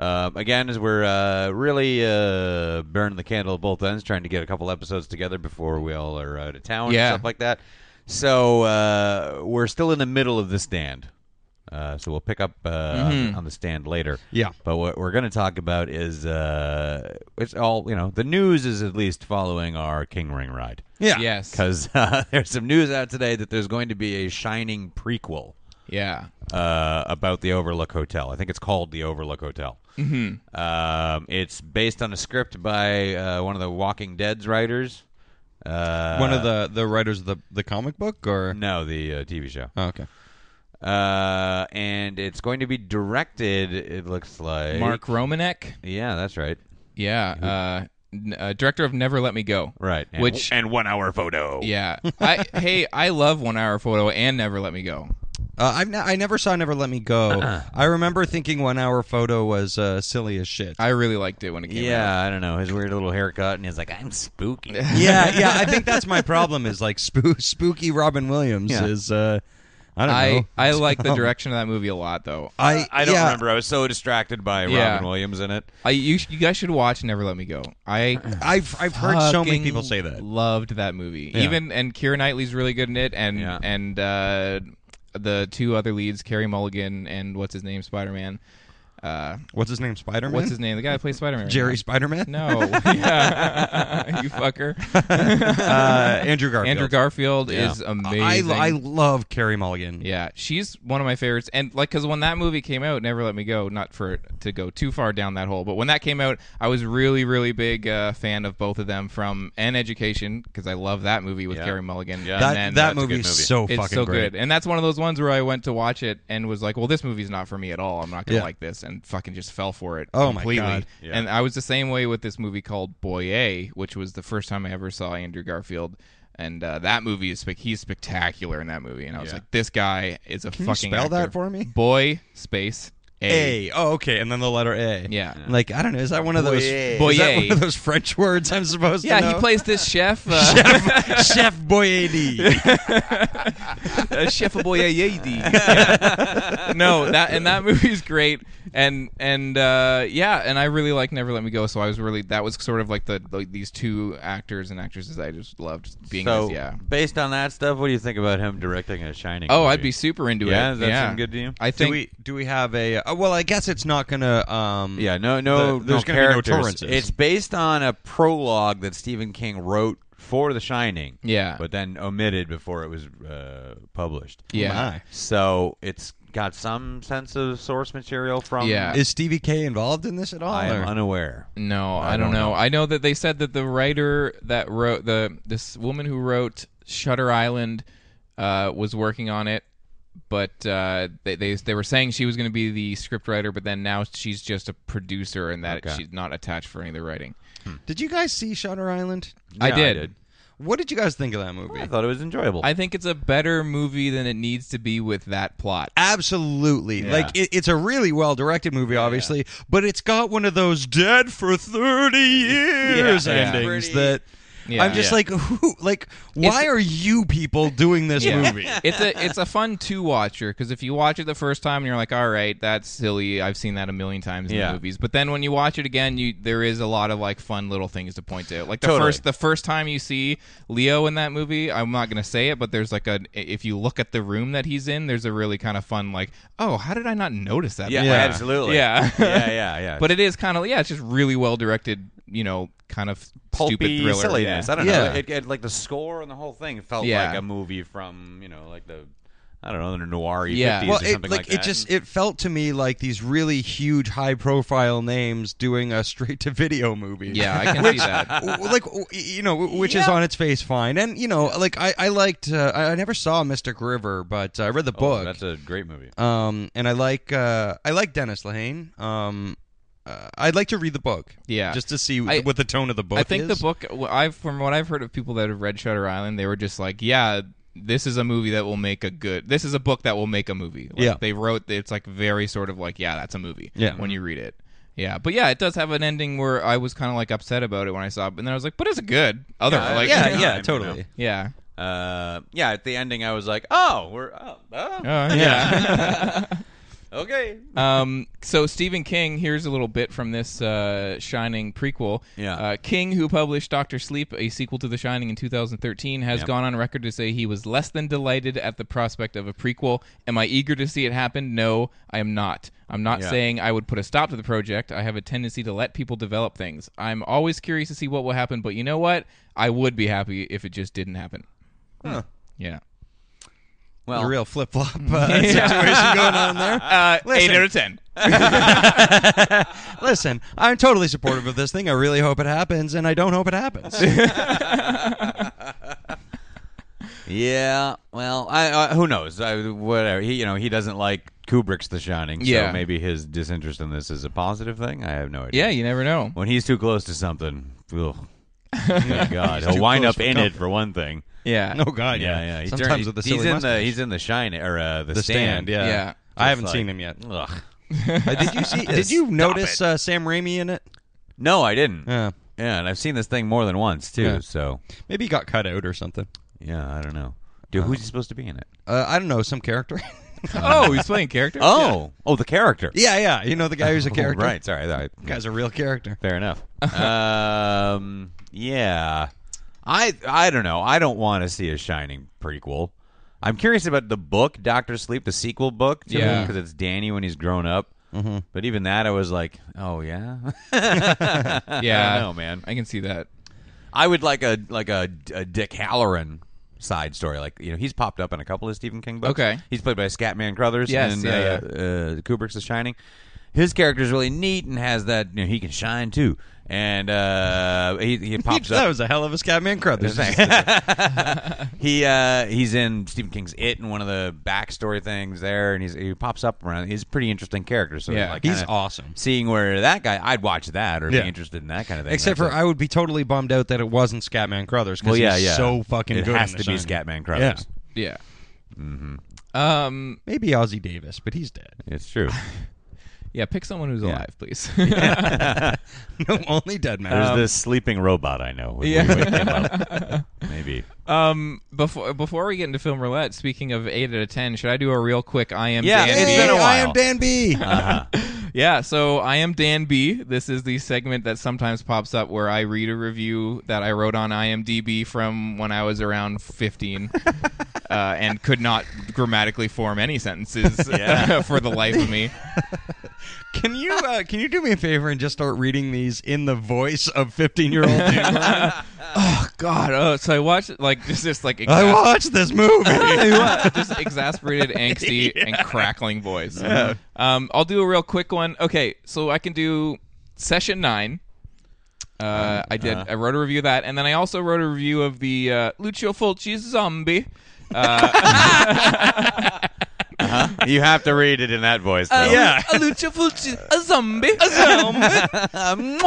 Um, again, as we're uh, really uh, burning the candle at both ends, trying to get a couple episodes together before we all are out of town Yeah. and stuff like that. So uh, we're still in the middle of the stand. Uh, so we'll pick up uh, on, Mm-hmm. on the stand later. Yeah. But what we're going to talk about is uh, it's all you know. The news is at least following our King Ring ride Yeah. Yes. because uh, there's some news out today that there's going to be a Shining prequel Yeah. uh, about the Overlook Hotel. I think it's called the Overlook Hotel. Mm-hmm. Um, it's based on a script by uh, one of the Walking Dead's writers. Uh, One of the the writers of the the comic book or no, the uh, TV show, oh, okay. uh, and it's going to be directed. It looks like Mark Romanek. Yeah, that's right. Yeah. Uh, n- uh, director of Never Let Me Go. Right. And, Which- and one hour photo. Yeah. I hey, I love One Hour Photo and Never Let Me Go. Uh, I've ne- I never saw Never Let Me Go. I remember thinking one hour photo was uh, silly as shit. I really liked it when it came out. Yeah, I don't know his weird little haircut, and he's like, "I'm spooky." yeah, yeah. I think that's my problem is like spoo- spooky Robin Williams Yeah. is. Uh, I don't I know. I like the direction of that movie a lot though. I I don't yeah, remember. I was so distracted by Yeah. Robin Williams in it. I you, sh- you guys should watch Never Let Me Go. I I've I've heard so many fucking people say that. Loved that movie. Yeah. Even and Kira Knightley's really good in it, and Yeah. and uh, the two other leads, Carrie Mulligan and what's his name, Spider Man. Uh, What's his name? Spider Man. what's his name? The guy that plays Spider Man. Jerry Spider Man. No, Yeah. you fucker. Uh, Andrew Garfield. Andrew Garfield Yeah. is I, amazing. I love Carrie Mulligan. Mm. Yeah, she's one of my favorites, and like because when that movie came out, Never Let Me Go, not for to go too far down that hole, but when that came out, I was really, really big uh, fan of both of them from and Education because I love that movie with Yeah. Carey Mulligan. Yeah. and That then- that that's a movie is good movie. so it's fucking so great. good, and that's one of those ones where I went to watch it and was like, "Well, this movie's not for me at all. I'm not gonna Yeah. like this," and fucking just fell for it. Oh my completely. God. Yeah. And I was the same way with this movie called Boye, which was the first time I ever saw Andrew Garfield. And uh, that movie is spec- he's spectacular in that movie, and I was Yeah. like, this guy is a Can you fucking. spell actor. that for me? Boy space A. A. Oh, okay. And then the letter A. Yeah. Like I don't know. Is that one of those? Boyer. Is that Boyer. one of those French words I'm supposed Yeah, to know? he plays this chef, uh, Chef Boyardee. uh, Chef Boyardee. Yeah. No, that and that movie's great, and and uh, yeah, and I really like Never Let Me Go. So I was really that was sort of like the like these two actors and actresses I just loved being. so, this, yeah, based on that stuff, what do you think about him directing a Shining? Oh, movie? I'd be super into Yeah, it. does that yeah, sound good to you? I do think. we do we have a? Uh, well, I guess it's not gonna. Um, Yeah, no, no, The- there's no gonna be no characters. Torrances. It's based on a prologue that Stephen King wrote for The Shining. Yeah. but then omitted before it was uh, published. yeah, My. So it's got some sense of source material from. Yeah. Is Stevie K involved in this at all? I am or- unaware. no, I, don't, know. I know that they said that the writer that wrote the this woman who wrote Shutter Island uh, was working on it, but uh, they, they they were saying she was going to be the scriptwriter, but then now she's just a producer, and that Okay. she's not attached for any of the writing. Did you guys see Shutter Island? I Yeah, did. What did you guys think of that movie? I thought it was enjoyable. I think it's a better movie than it needs to be with that plot. Absolutely. Like it, it's a really well directed movie, obviously, but it's got one of those dead for thirty years Yeah. endings that Yeah. I'm just Yeah. like, who? Like, why It's- are you people doing this movie? it's a it's a fun two watcher because if you watch it the first time and you're like, all right, that's silly. I've seen that a million times in Yeah. movies. But then when you watch it again, you there is a lot of like fun little things to point to. Like the Totally. first the first time you see Leo in that movie, I'm not gonna say it, but there's like a if you look at the room that he's in, there's a really kind of fun like, oh, how did I not notice that? yeah, before?" absolutely. Yeah. yeah, yeah, yeah. But it is kind of yeah, it's just really well directed. You know, kind of stupid pulpy thriller. silliness. Yeah. I don't Yeah. know. It, it- like the score and the whole thing felt Yeah. like a movie from you know like the I don't know the noir Yeah. 50s well, or it, something like, like, that. it just it felt to me like these really huge, high profile names doing a straight to video movie. Yeah, I can see that. W- like w- you know, w- which is on its face fine, and you know, like I I liked uh, I I never saw Mystic River, but uh, I read the Oh, book. that's a great movie. um, and I like uh, I like Dennis Lehane. Um, uh, I'd like to read the book. Yeah. just to see I- what the tone of the book. I think is. the book. wh- I've from what I've heard of people that have read Shutter Island, they were just like, yeah. This is a movie that will make a good. This is a book that will make a movie. Like, Yeah. they wrote. It's like very sort of like, yeah, that's a movie. Yeah. when you read it, yeah, but yeah, it does have an ending where I was kind of like upset about it when I saw it, but then I was like, but it's a good other. Yeah, like, Yeah, Yeah, yeah, I mean, totally. you yeah, Uh, yeah, at the ending, I was like, oh, we're oh, oh, Uh, yeah. okay. Um, so Stephen King, here's a little bit from this uh, Shining prequel. Yeah. Uh, King, who published Doctor Sleep, a sequel to The Shining in 2013, has gone on record to say he was less than delighted at the prospect of a prequel. Am I eager to see it happen? No, I am not. I'm not Yeah. saying I would put a stop to the project. I have a tendency to let people develop things. I'm always curious to see what will happen, but you know what? I would be happy if it just didn't happen. Yeah. Well, a real flip flop uh, situation going on there. Uh, Listen. eight out of ten. Listen, I'm totally supportive of this thing. I really hope it happens, and I don't hope it happens. yeah. Well, I, I who knows? I, whatever. He, you know, he doesn't like Kubrick's The Shining. Yeah. So maybe his disinterest in this is a positive thing. I have no idea. Yeah, you never know. When he's too close to something, ugh. Thank God, he'll wind close up for in it comfort. for one thing. Yeah. oh God, Yeah, yeah, yeah. He Sometimes turned- with the he's silly in mustache. the he's in the shine or uh, the, the stand. Yeah, Yeah. I haven't Just seen like- him yet. Ugh. Uh, did you see? did you notice uh, Sam Raimi in it? No, I didn't. Yeah. Yeah, and I've seen this thing more than once too. Yeah. So Maybe he got cut out or something. yeah, I don't know. Dude, who's he supposed to be in it? Uh, I don't know, some character. Oh, he's playing character. Oh, oh, the character. yeah, yeah. You know the guy who's a Oh, character. right. Sorry. I- guy's a real character. Fair enough. um, yeah. I I don't know. I don't want to see a Shining prequel. I'm curious about the book, Doctor Sleep, the sequel book, to Yeah. because it's Danny when he's grown up. Mm-hmm. But even that, I was like, oh yeah, Yeah, I don't know, man. I can see that. I would like a like a, a Dick Halloran side story. Like you know, he's popped up in a couple of Stephen King books. Okay. he's played by Scatman Crothers. Yes, and, yeah, uh, Uh, Kubrick's The Shining. His character's really neat and has that. You know, he can shine too, and uh, he he pops that up. was a hell of a Scatman Crothers. He uh, he's in Stephen King's It and one of the backstory things there, and he's, he pops up around. He's a pretty interesting character. So Yeah, like, he's kinda awesome. Seeing where that guy, I'd watch that or Yeah. be interested in that kind of thing. Except That's for it. I would be totally bummed out that it wasn't Scatman Crothers because well, yeah, he's yeah. so fucking it good. has in to The be Shining. Scatman Crothers. Yeah. Mm-hmm. Um. Maybe Ozzy Davis, but he's dead. It's true. Yeah. Pick someone who's alive, please. no, only dead man. There's this sleeping robot I know. when we Yeah. wake him up. Maybe. um. Before before we get into film roulette, speaking of eight out of ten, should I do a real quick? I am. Yeah, Dan it's B? been a I while. am Dan B. Uh-huh. Yeah, so I am Dan B. This is the segment that sometimes pops up where I read a review that I wrote on IMDb from when I was around 15 uh, and could not grammatically form any sentences Yeah. for the life of me. Can you uh, can you do me a favor and just start reading these in the voice of fifteen year old dude? Oh, God. Oh, so I watched, like, just this, like, I exas- watched this movie. just exasperated, angsty, and crackling voice. Um, I'll do a real quick one. Okay, so I can do session nine. Uh, I did. I wrote a review of that, and then I also wrote a review of the uh, Lucio Fulci zombie. Uh, you have to read it in that voice. Though. Um, yeah. a lucha fuchi, a zombie, a zombie,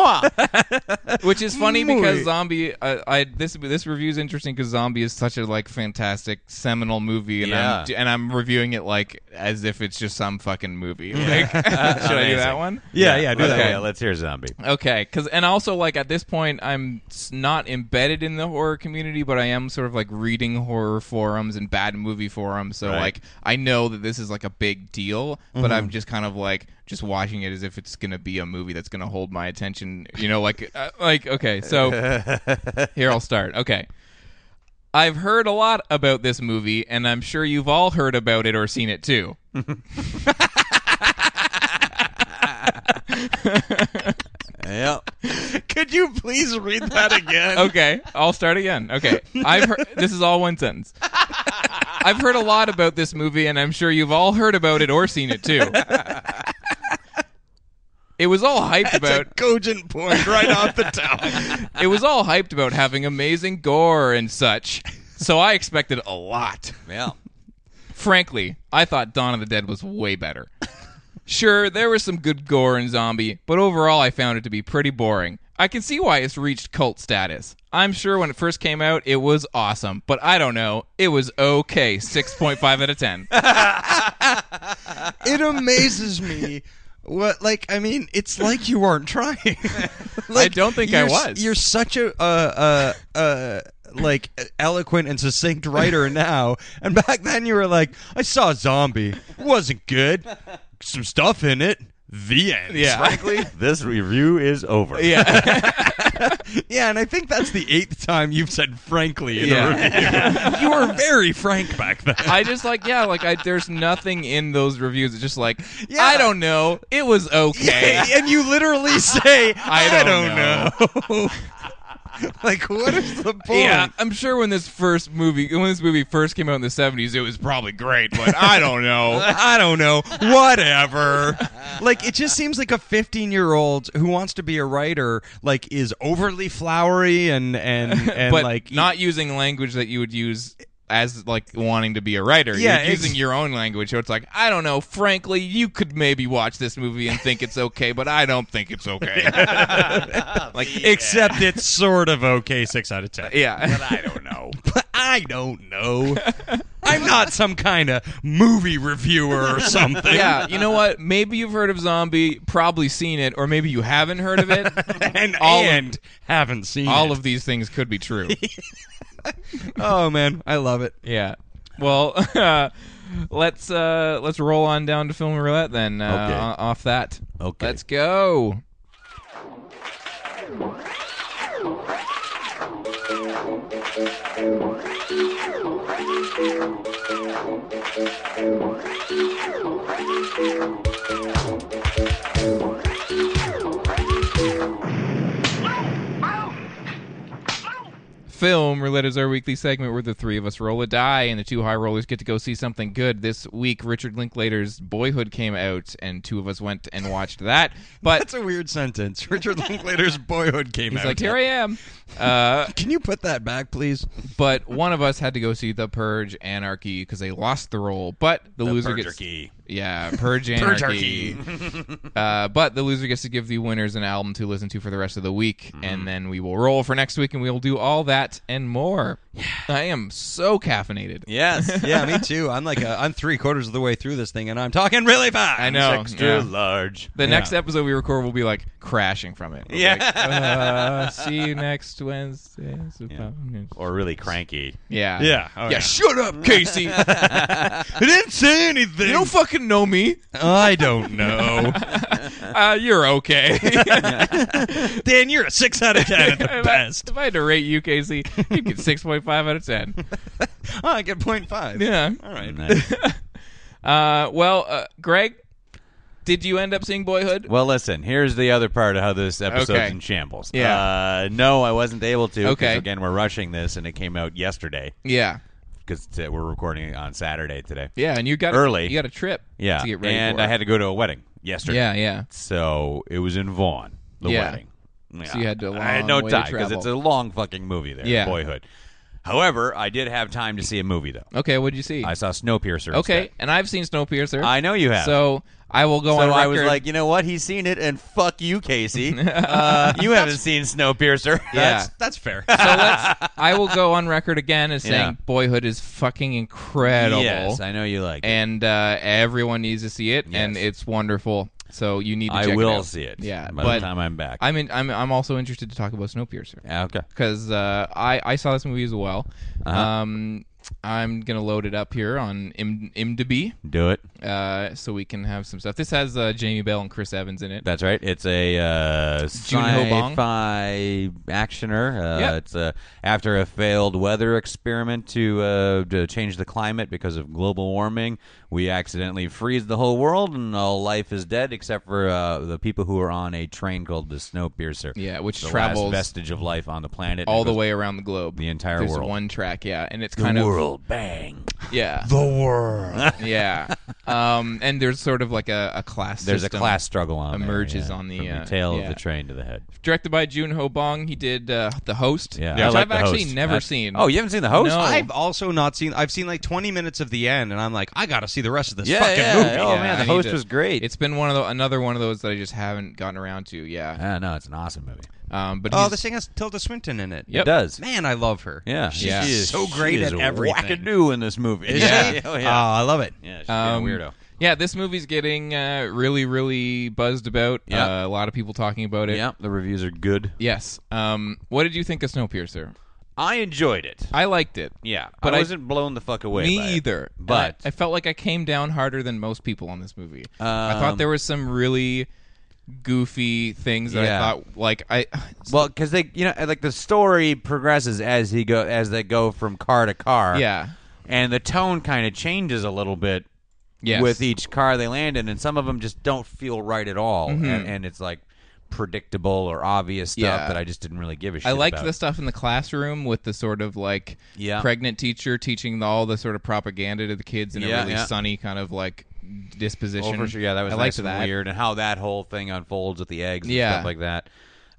which is funny because zombie. Uh, I this this review is interesting because zombie is such a like fantastic seminal movie, and I'm Yeah. and I'm reviewing it like as if it's just some fucking movie. Like, should I do that Amazing. one? Yeah, yeah, do okay, that one. let's hear zombie. Okay, because and also like at this point, I'm s- not embedded in the horror community, but I am sort of like reading horror forums and bad movie forums. So Right. like I know that this is like a big deal, but I'm just kind of like just watching it as if it's gonna be a movie that's gonna hold my attention. You know, like uh, like okay, so here I'll start. Okay. I've heard a lot about this movie, and I'm sure you've all heard about it or seen it too. Yep. Could you please read that again? okay, I'll start again. Okay, I've heard, this is all one sentence. I've heard a lot about this movie, and I'm sure you've all heard about it or seen it too. It was all hyped about Cogent point right off the top. it was all hyped about having amazing gore and such. So I expected a lot. Yeah. Frankly, I thought Dawn of the Dead was way better. Sure, there was some good gore in Zombie, but overall I found it to be pretty boring. I can see why it's reached cult status. I'm sure when it first came out, it was awesome, but I don't know. It was okay, 6.5 out of 10. It amazes me. What like I mean, it's like you aren't trying. Like, don't think I you're s- was. You're such a uh, uh, uh, like eloquent and succinct writer now, and back then you were like, I saw a zombie. It wasn't good. Some stuff in it. The end. Yeah. Frankly, this review is over. Yeah. Yeah, and I think that's the eighth time you've said frankly in Yeah. a review. you were very frank back then. I just like, yeah, like I, there's nothing in those reviews. It's just like, Yeah. I don't know. It was okay. and you literally say, I I don't, don't know. like, what is the point? Yeah, I'm sure when this first movie when this movie first came out in the 70s, it was probably great, but I don't know. I don't know. Whatever. like, it just seems like a 15 year old who wants to be a writer, like, is overly flowery and, and, and but like, not using language that you would use as like wanting to be a writer. Yeah, You're using ex- your own language. So it's like, I don't know. Frankly, you could maybe watch this movie and think it's okay, but I don't think it's okay. like, except it's sort of okay, six out of 10. yeah. I don't know. But I don't know. I'm not some kind of movie reviewer or something. Yeah, you know what? Maybe you've heard of Zombie, probably seen it, or maybe you haven't heard of it. And, all and haven't seen of, all it. of these things could be true. Oh man, I love it. Yeah. Well, let's uh, let's roll on down to film roulette then. Uh, Okay. o- Off that. Okay. Let's go. Film Roulette is our weekly segment where the three of us roll a die and the two high rollers get to go see something good. This week, Richard Linklater's Boyhood came out, and two of us went and watched that. But That's a weird sentence. Richard Linklater's Boyhood came he's out. like, here I am. Can you put that back, please? But one of us had to go see The Purge Anarchy because they lost the role. But the, loser Purgerky. gets yeah, Purge Anarchy. uh, but the loser gets to give the winners an album to listen to for the rest of the week, and then we will roll for next week, and we will do all that and more. I am so caffeinated. Yes. yeah, me too. I'm like, i I'm three quarters of the way through this thing, and I'm talking really fast. I know. Extra Oh, yeah. large. The next episode we record will be like crashing from it. We'll be Yeah. like, uh, see you next Wednesday. Or really cranky. Yeah. Yeah. Oh, yeah. Shut up, Casey. you I didn't say anything. don't fucking know me. I don't know. Uh, you're okay. Dan, you're a six out of ten at the If I- best. If I had to rate you, Casey, you get 6.5 out of 10. Oh, I get point five. Yeah. All right. Nice. Uh, well, uh, Greg, did you end up seeing Boyhood? Well, listen. Here's the other part of how this episode's Okay. in shambles. Yeah. Uh, no, I wasn't able to. 'cause Okay. Again, we're rushing this, and it came out yesterday yeah. because we're recording it on Saturday today. Yeah, and you got Early. You got a trip. Yeah. To get ready and for. I had to go to a wedding yesterday. Yeah, yeah. So it was in Vaughan, the Yeah. wedding. Yeah. So you had a I had long no way to time because travel. it's a long fucking movie there. Yeah. Boyhood. However, I did have time to see a movie though. Okay, what'd you see? I saw Snowpiercer. okay, instead. and I've seen Snowpiercer. I know you have. So I will go So on record. I was like, you know what? He's seen it, and fuck you, Casey. uh, you haven't seen Snowpiercer. yeah. That's fair. so let's. I will go on record again as saying Yeah. Boyhood is fucking incredible. Yes, I know you like. it. and uh, everyone needs to see it, and Yes. it's wonderful. So you need to. I check will it out. see it. Yeah, by but the time I'm back. I'm in, I'm I'm also interested to talk about Snowpiercer Yeah, okay. because uh, I I saw this movie as well. Uh-huh. Um, I'm gonna load it up here on Im- IMDb Do it. uh, so we can have some stuff. This has uh, Jamie Bell and Chris Evans in it. That's right. It's a uh, Ho Bong. sci-fi actioner. Uh, Yep. It's uh, after a failed weather experiment to, uh, to change the climate because of global warming. We accidentally freeze the whole world, and all life is dead except for uh, the people who are on a train called the Snowpiercer. Yeah, which the travels last vestige of life on the planet. all It the goes way around the globe. the entire There's world. one track, yeah, and it's the kind world bang. of yeah, the world. yeah. Um, and there's sort of like a, a class. There's system. a class struggle on there, emerges yeah, on the, from uh, the tail yeah. of the train to the head. directed by Jun Ho Bong. He did uh, The Host, Yeah, which I like have The actually Host. never I- seen. Oh, you haven't seen the host? No. I've also not seen. I've seen like 20 minutes of the end, and I'm like, I gotta see the rest of this Yeah, fucking yeah. movie. Oh, man, I The need Host was great. It's been one of the, another one of those that I just haven't gotten around to. Yeah, Ah, no, it's an awesome movie. um, but Oh, he's- this thing has Tilda Swinton in it. Yep. It does. Man, I love her. Yeah, she's Yeah. She is- so she great is at everything. Wackadoo in this movie. Is yeah, she? Oh, Oh, yeah. I love it. yeah she's Uh, um, a weirdo. Yeah, this movie's getting uh, really, really buzzed about. Yep. Uh, a lot of people talking about it. Yeah, the reviews are good. Yes. Um, what did you think of Snowpiercer? I enjoyed it. I liked it. Yeah, But but I- I wasn't blown the fuck away. Me by it. either. And But I, I felt like I came down harder than most people on this movie. I Um, thought there was some really goofy things that Yeah. I thought like I well, because they, you know, uh, like the story progresses as he go as they go from car to car. Yeah. and the tone kind of changes a little bit Yes. with each car they land in, and some of them just don't feel right at all, Mm-hmm. and, and it's like predictable or obvious stuff Yeah. that I just didn't really give a shit. I liked about. the stuff in the classroom with the sort of like Yeah. pregnant teacher teaching the, all the sort of propaganda to the kids in a Yeah, really yeah. sunny kind of like disposition. Oh, for sure. Yeah, that was I nice liked and that. weird, and how that whole thing unfolds with the eggs and Yeah. stuff like that.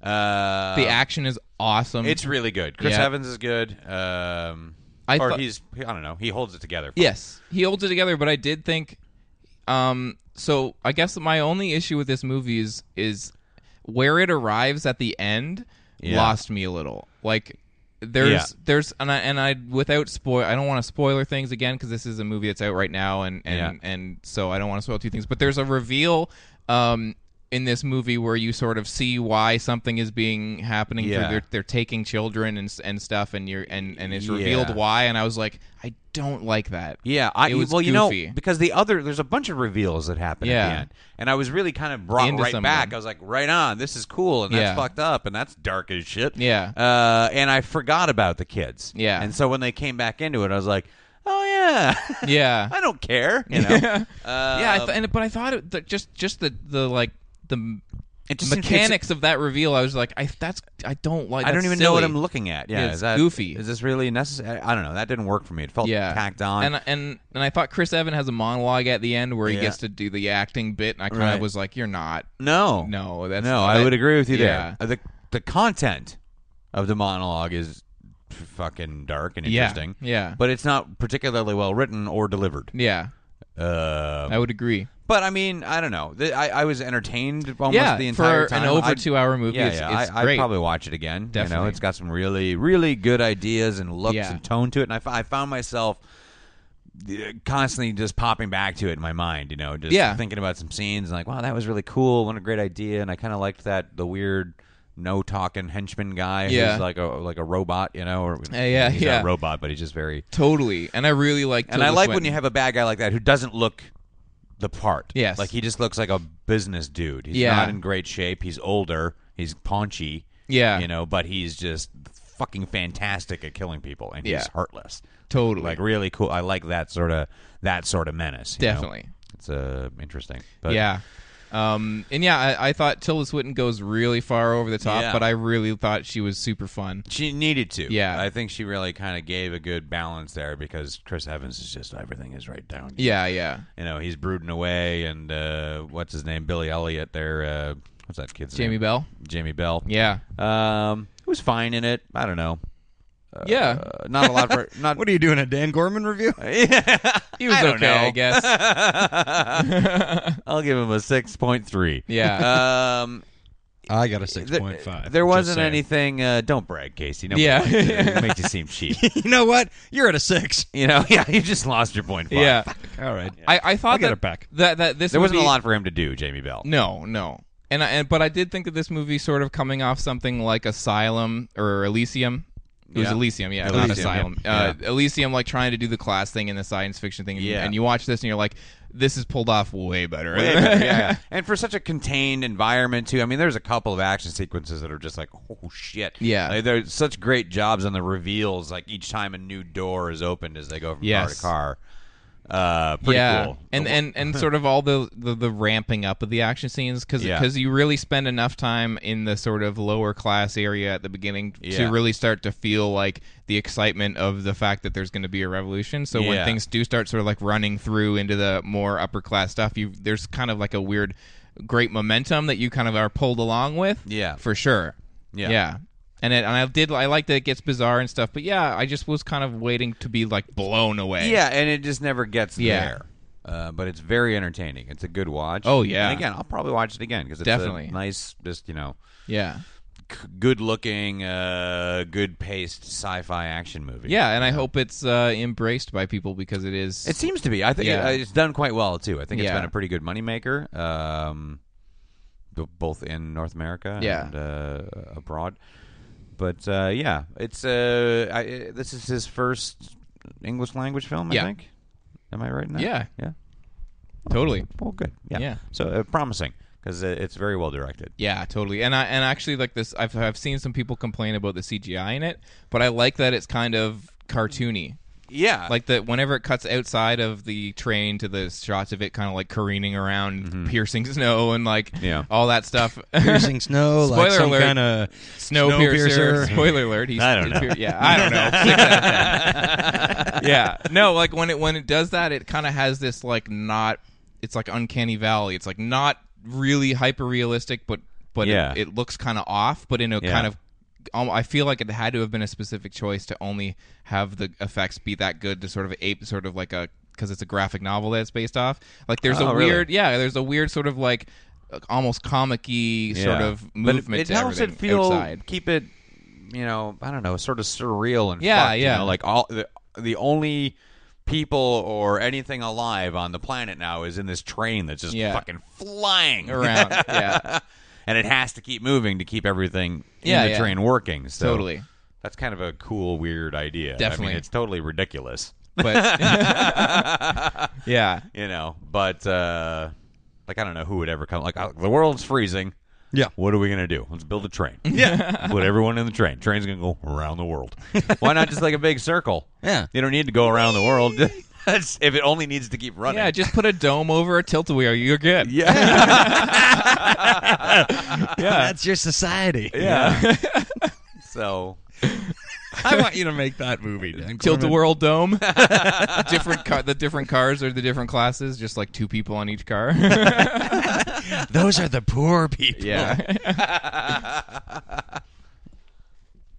Uh, The action is awesome. it's really good. Chris Yeah. Evans is good. Um, I or thought- he's I don't know. He holds it together. Yes, he holds it together, but I did think. Um, so I guess my only issue with this movie is is where it arrives at the end Yeah. lost me a little. Like there's Yeah. there's and I and I without spoil I don't want to spoiler things again because this is a movie that's out right now and and and so I don't want to spoil two things. But there's a reveal. Um. In this movie, where you sort of see why something is being happening, for Yeah. they're, they're taking children and s- and stuff, and you're and and it's revealed Yeah. why, and I was like, I don't like that. Yeah, I It was well, you goofy. know, because the other there's a bunch of reveals that happen at Yeah. the end, and I was really kind of brought Into right some of back. them. I was like, right on, this is cool, and that's Yeah. fucked up, and that's dark as shit. Yeah. uh, and I forgot about the kids. Yeah. and so when they came back into it, I was like, oh yeah, Yeah. I don't care, you know. yeah, uh, yeah, I th- and, but I thought it, the, just just the the like the m- It just seems- mechanics of that reveal. I was like, I that's I don't like. I don't that's even know what silly. I'm looking at. Yeah, Yeah, it's is that goofy. Is this really necessary? I don't know. That didn't work for me. It felt Yeah, tacked on. and and and I thought Chris Evan has a monologue at the end where he Yeah. gets to do the acting bit, and I kind of Right. was like, "You're not." no, No, that's- no. I that- would agree with you yeah. there. Uh, The the content of the monologue is f- fucking dark and Yeah, Mm. interesting. yeah. but it's not particularly well written or delivered. Yeah, Uh, I would agree. but I mean, I don't know. The, I, I was entertained almost Yeah, the for entire an time. over I- two-hour movie, Yeah, it's- yeah, it's I, great. I'd probably watch it again. You Definitely. know, it's got some really, really good ideas and looks Yeah. and tone to it. And I, f- I found myself uh, constantly just popping back to it in my mind. You know, just Yeah. thinking about some scenes and like, wow, that was really cool. What a great idea! And I kind of liked that the weird. No talking henchman guy Yeah. Uh, who's like a like a robot, you know, or yeah, he's yeah. not a robot, but he's just very Totally, and I really like. and I like when you have a bad guy like that who doesn't look the part. Yes. Like he just looks like a business dude. He's Yeah. not in great shape. He's older. He's paunchy. Yeah. You know, but he's just fucking fantastic at killing people and Yeah. Mm-hmm. he's heartless. totally Like really cool. I like that sort of that sort of menace. you know? Definitely. It's uh interesting. But yeah. Um, and yeah, I, I thought Tilda Swinton goes really far over the top, Yeah. but I really thought she was super fun. she needed to. Yeah. I think she really kind of gave a good balance there because Chris Evans is just everything is right down. Yeah, yeah. You know, he's brooding away and uh what's his name? Billy Elliot there uh what's that kid's name? Jamie Bell. Jamie Bell. Yeah. Um, who was fine in it? I don't know. yeah, Uh, not a lot for not. What are you doing a Dan Gorman review? he was I don't okay, know. I guess. I'll give him a six point three. Yeah, Um, I got a six there, point five. there wasn't anything. Uh, don't brag, Casey. No Yeah. brag. it makes you seem cheap. You know what? You're at a six. You know, yeah, you just lost your point. Five. yeah. All right. I, I thought I'll get that, it back. that that this there would wasn't be- a lot for him to do, Jamie Bell. No, no. And, I, and but I did think that this movie sort of coming off something like Asylum or Elysium. It was Yeah. Elysium, yeah, Elysium, not Asylum. Uh, Elysium, like trying to do the class thing and the science fiction thing. And, Yeah. and you watch this and you're like, this is pulled off way better. Way better, yeah, yeah. And for such a contained environment too. I mean, there's a couple of action sequences that are just like, oh shit. Yeah. Like, there's such great jobs on the reveals. Like each time a new door is opened as they go from Yes. car to car. Uh, pretty yeah, cool. and and and sort of all the the, the ramping up of the action scenes because Yeah. you really spend enough time in the sort of lower class area at the beginning to Yeah. really start to feel like the excitement of the fact that there's going to be a revolution. So when Yeah. things do start sort of like running through into the more upper class stuff, you there's kind of like a weird, great momentum that you kind of are pulled along with. Yeah. for sure. Yeah. yeah. And, it, and I did I like that it gets bizarre and stuff, but yeah, I just was kind of waiting to be like blown away. Yeah, and it just never gets Yeah. there. Uh, but it's very entertaining. It's a good watch. Oh, yeah. And again, I'll probably watch it again because it's Definitely. a nice, just you know, yeah. c- good-looking, uh, good-paced sci-fi action movie. Yeah, and I hope it's uh, embraced by people because it is. It seems to be. I think Yeah. it, uh, it's done quite well too. I think it's Yeah. been a pretty good moneymaker, um, b- both in North America Yeah. and uh, abroad. But uh, yeah, it's uh, I, uh, this is his first English language film. I Yeah. think. Am I right in that? Yeah. Yeah. totally. Well, good. Yeah. Yeah. So uh, promising because uh, it's very well directed. Yeah, totally. And I and actually like this, I've I've seen some people complain about the CGI in it, but I like that it's kind of cartoony. Yeah. Like that, whenever it cuts outside of the train to the shots of it, kind of like careening around, piercing snow and like Yeah. all that stuff. Piercing snow, like Spoiler some alert. kind of Snow, piercer. Spoiler alert. He's I don't know. yeah, I don't know. Stick that in. yeah. No, like when it when it does that, it kind of has this like not. It's like uncanny valley. It's like not really hyper realistic, but but Yeah. it, it looks kind of off, but in a Yeah. kind of. Um, I feel like it had to have been a specific choice to only have the effects be that good to sort of ape sort of like a because it's a graphic novel that it's based off. Like there's Oh, a really? weird yeah, there's a weird sort of like uh, almost comic-y sort Yeah. of But it- movement It, to helps it everything feel outside. keep it, you know, I don't know, sort of surreal and Yeah, fucked, you yeah. know, like all the, the only people or anything alive on the planet now is in this train that's just Yeah. fucking flying around. yeah, and it has to keep moving to keep everything Yeah, in the yeah. train working. So Totally. that's kind of a cool, weird idea. I Definitely. mean, it's totally ridiculous, but yeah, you know. But uh, like, I don't know who would ever come. Like, uh, the world's freezing. Yeah. What are we gonna do? Let's build a train. Yeah. Put everyone in the train. Train's gonna go around the world. Why not just like a big circle? Yeah. You don't need to go around the world. That's- if it only needs to keep running. yeah. Just put a dome over a tilt-a-wheel. You're good. yeah. That's your society. yeah. so I want you to make that movie. Dan Tilt the Gorman. world dome. different car. The different cars are the different classes. Just like two people on each car. Those are the poor people. yeah.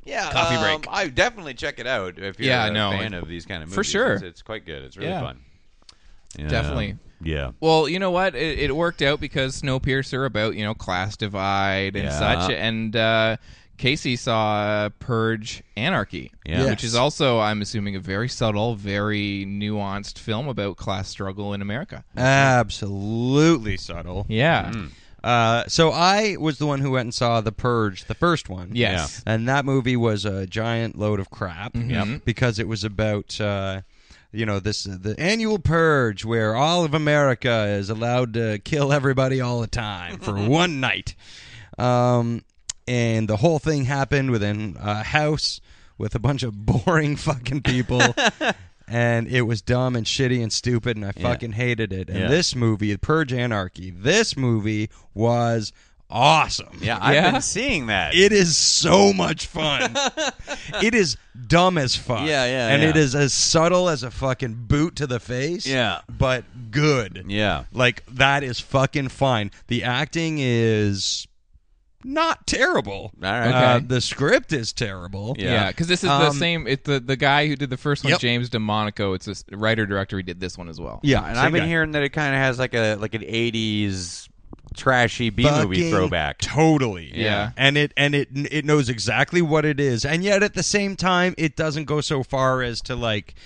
yeah, Coffee um, break. I definitely check it out if you're Yeah, a no, fan it- of these kind of movies. for sure. it's, it's quite good. It's really Yeah. fun. Yeah. Definitely. Yeah. Well, you know what? It, it worked out because Snowpiercer about you know class divide and Yeah. such, and uh, Casey saw uh, Purge Anarchy, Yeah. which is also, I'm assuming, a very subtle, very nuanced film about class struggle in America. Absolutely subtle. Yeah. Uh, so I was the one who went and saw The Purge, the first one. Yes. And that movie was a giant load of crap because it was about. Uh, you know this the annual purge where all of America is allowed to kill everybody all the time for one night, um, and the whole thing happened within a house with a bunch of boring fucking people, and it was dumb and shitty and stupid, and I fucking hated it. And Yeah. this movie, The Purge Anarchy, this movie was awesome. Yeah, I've Yeah? been seeing that. It is so much fun. it is dumb as fuck. Yeah, yeah, And yeah. it is as subtle as a fucking boot to the face. Yeah. But good. yeah. Like that is fucking fine. The acting is not terrible. All right. Uh, Okay. the script is terrible. Yeah. Yeah, because this is the same. It's the the guy who did the first one, Um, Yep. James DeMonico. It's a writer director. He did this one as well. Yeah, and same I've been guy. hearing that it kind of has like a like an '80s trashy B movie Fucking throwback. Totally. Yeah. And it and it it knows exactly what it is, and yet at the same time, it doesn't go so far as to like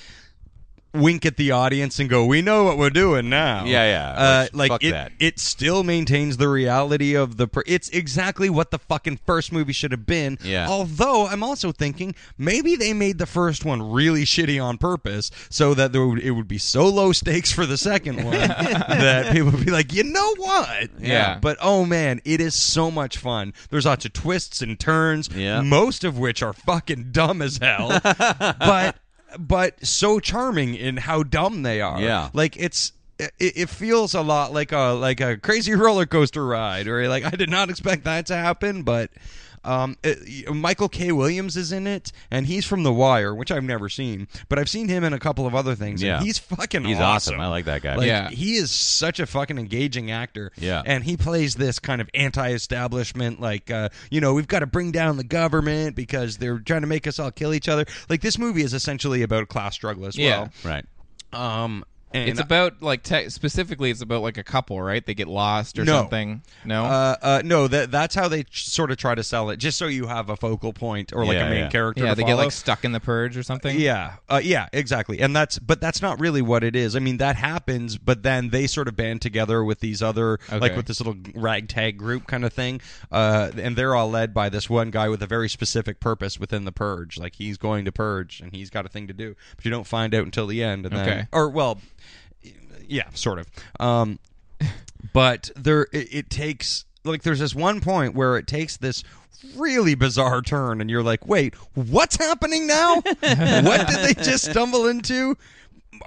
wink at the audience and go, "We know what we're doing now." Yeah, yeah. Uh, Let's- like fuck it, that. it still maintains the reality of the. Pr- it's exactly what the fucking first movie should have been. Yeah. Although I'm also thinking maybe they made the first one really shitty on purpose so that there would, it would be so low stakes for the second one that people would be like, you know what? Yeah. But oh man, it is so much fun. There's lots of twists and turns, Yeah. most of which are fucking dumb as hell, but but so charming in how dumb they are. Yeah. Like it's it, it feels a lot like a like a crazy roller coaster ride, or like I did not expect that to happen, but. Um, it- Michael K. Williams is in it, and he's from The Wire, which I've never seen, but I've seen him in a couple of other things. and Yeah. he's fucking He's awesome. I like that guy. Like, Yeah. he is such a fucking engaging actor. Yeah. and he plays this kind of anti-establishment, like uh, you know, we've got to bring down the government because they're trying to make us all kill each other. Like this movie is essentially about class struggle as Yeah. right. well. Um, and It's about like te- specifically, it's about like a couple, right? They get lost or No. something. No, uh, uh, no, that that's how they ch- sort of try to sell it, just so you have a focal point or like Yeah, a main yeah. character. yeah, to they get follow. like stuck in the purge or something. Yeah, uh, yeah, exactly. And that's but that's not really what it is. I mean, that happens, but then they sort of band together with these other like Okay. with this little ragtag group kind of thing, uh, and they're all led by this one guy with a very specific purpose within the purge. Like he's going to purge, and he's got a thing to do, but you don't find out until the end. And Okay. then, or well, yeah, sort of. Um, but there it, it takes like there's this one point where it takes this really bizarre turn and you're like wait what's happening now what did they just stumble into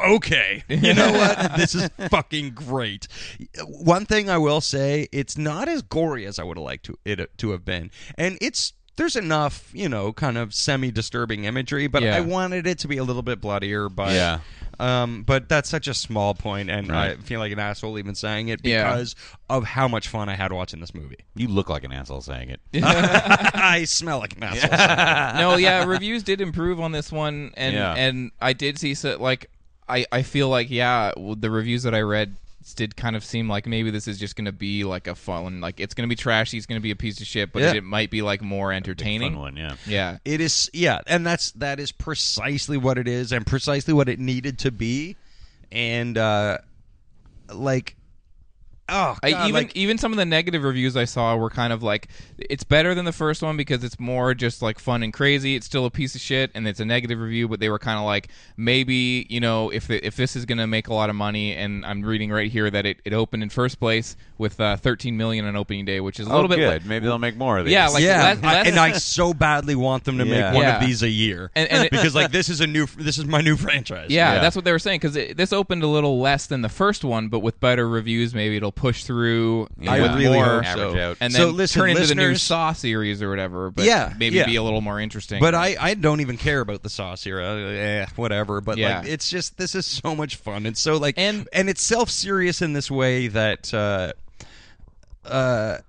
okay you know what this is fucking great one thing i will say it's not as gory as i would have liked to, it to have been and it's there's enough you know kind of semi disturbing imagery but Yeah. i wanted it to be a little bit bloodier but Yeah. um, but that's such a small point, and I Right. feel like an asshole even saying it Yeah. because of how much fun I had watching this movie. You look like an asshole saying it. I smell like an asshole. no, yeah, reviews did improve on this one, and Yeah. and I did see so like I I feel like yeah, well, the reviews that I read did kind of seem like maybe this is just going to be like a fun like it's going to be trashy, it's going to be a piece of shit, but Yeah. it might be like more Fun entertaining. one, yeah. Yeah. It is, yeah, and that's that is precisely what it is, and precisely what it needed to be, and uh, like, oh, I, God, even e-, like, even some of the negative reviews I saw were kind of like it's better than the first one because it's more just like fun and crazy. It's still a piece of shit and it's a negative review, but they were kind of like maybe you know if the, if this is gonna make a lot of money and I'm reading right here that it, it opened in first place with uh, 13 million on opening day, which is a Oh, little bit good. le- Maybe they'll make more of these. Yeah, like- yeah, let- let's- and I so badly want them to Yeah. make one Yeah. of these a year, And- and it- because like this is a new, this is my new franchise. Yeah, Yeah. that's what they were saying because this opened a little less than the first one, but with better reviews, maybe it'll push through I with really more, hope so. average out. and then So listen, turn into the new listeners- Saw series or whatever. But Yeah, maybe yeah. be a little more interesting. But I, I don't even care about the sauce here. Uh, eh, whatever. But Yeah. like, it's just this is so much fun. It's so like And- and and it's self serious in this way that. Uh, uh,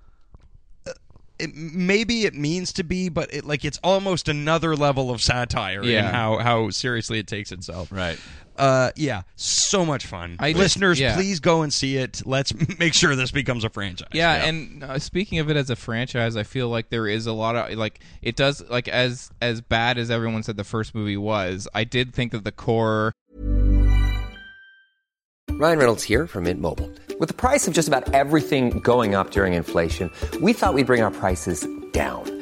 it, maybe it means to be, but it, like it's almost another level of satire Yeah. in how, how seriously it takes itself. Right. Uh, yeah, so much fun. I just- Listeners, yeah. please go and see it. Let's make sure this becomes a franchise. yeah, and uh, speaking of it as a franchise, I feel like there is a lot of like it does like as as bad as everyone said the first movie was. I did think that the core Ryan Reynolds here from Mint Mobile. With the price of just about everything going up during inflation, we thought we'd bring our prices down.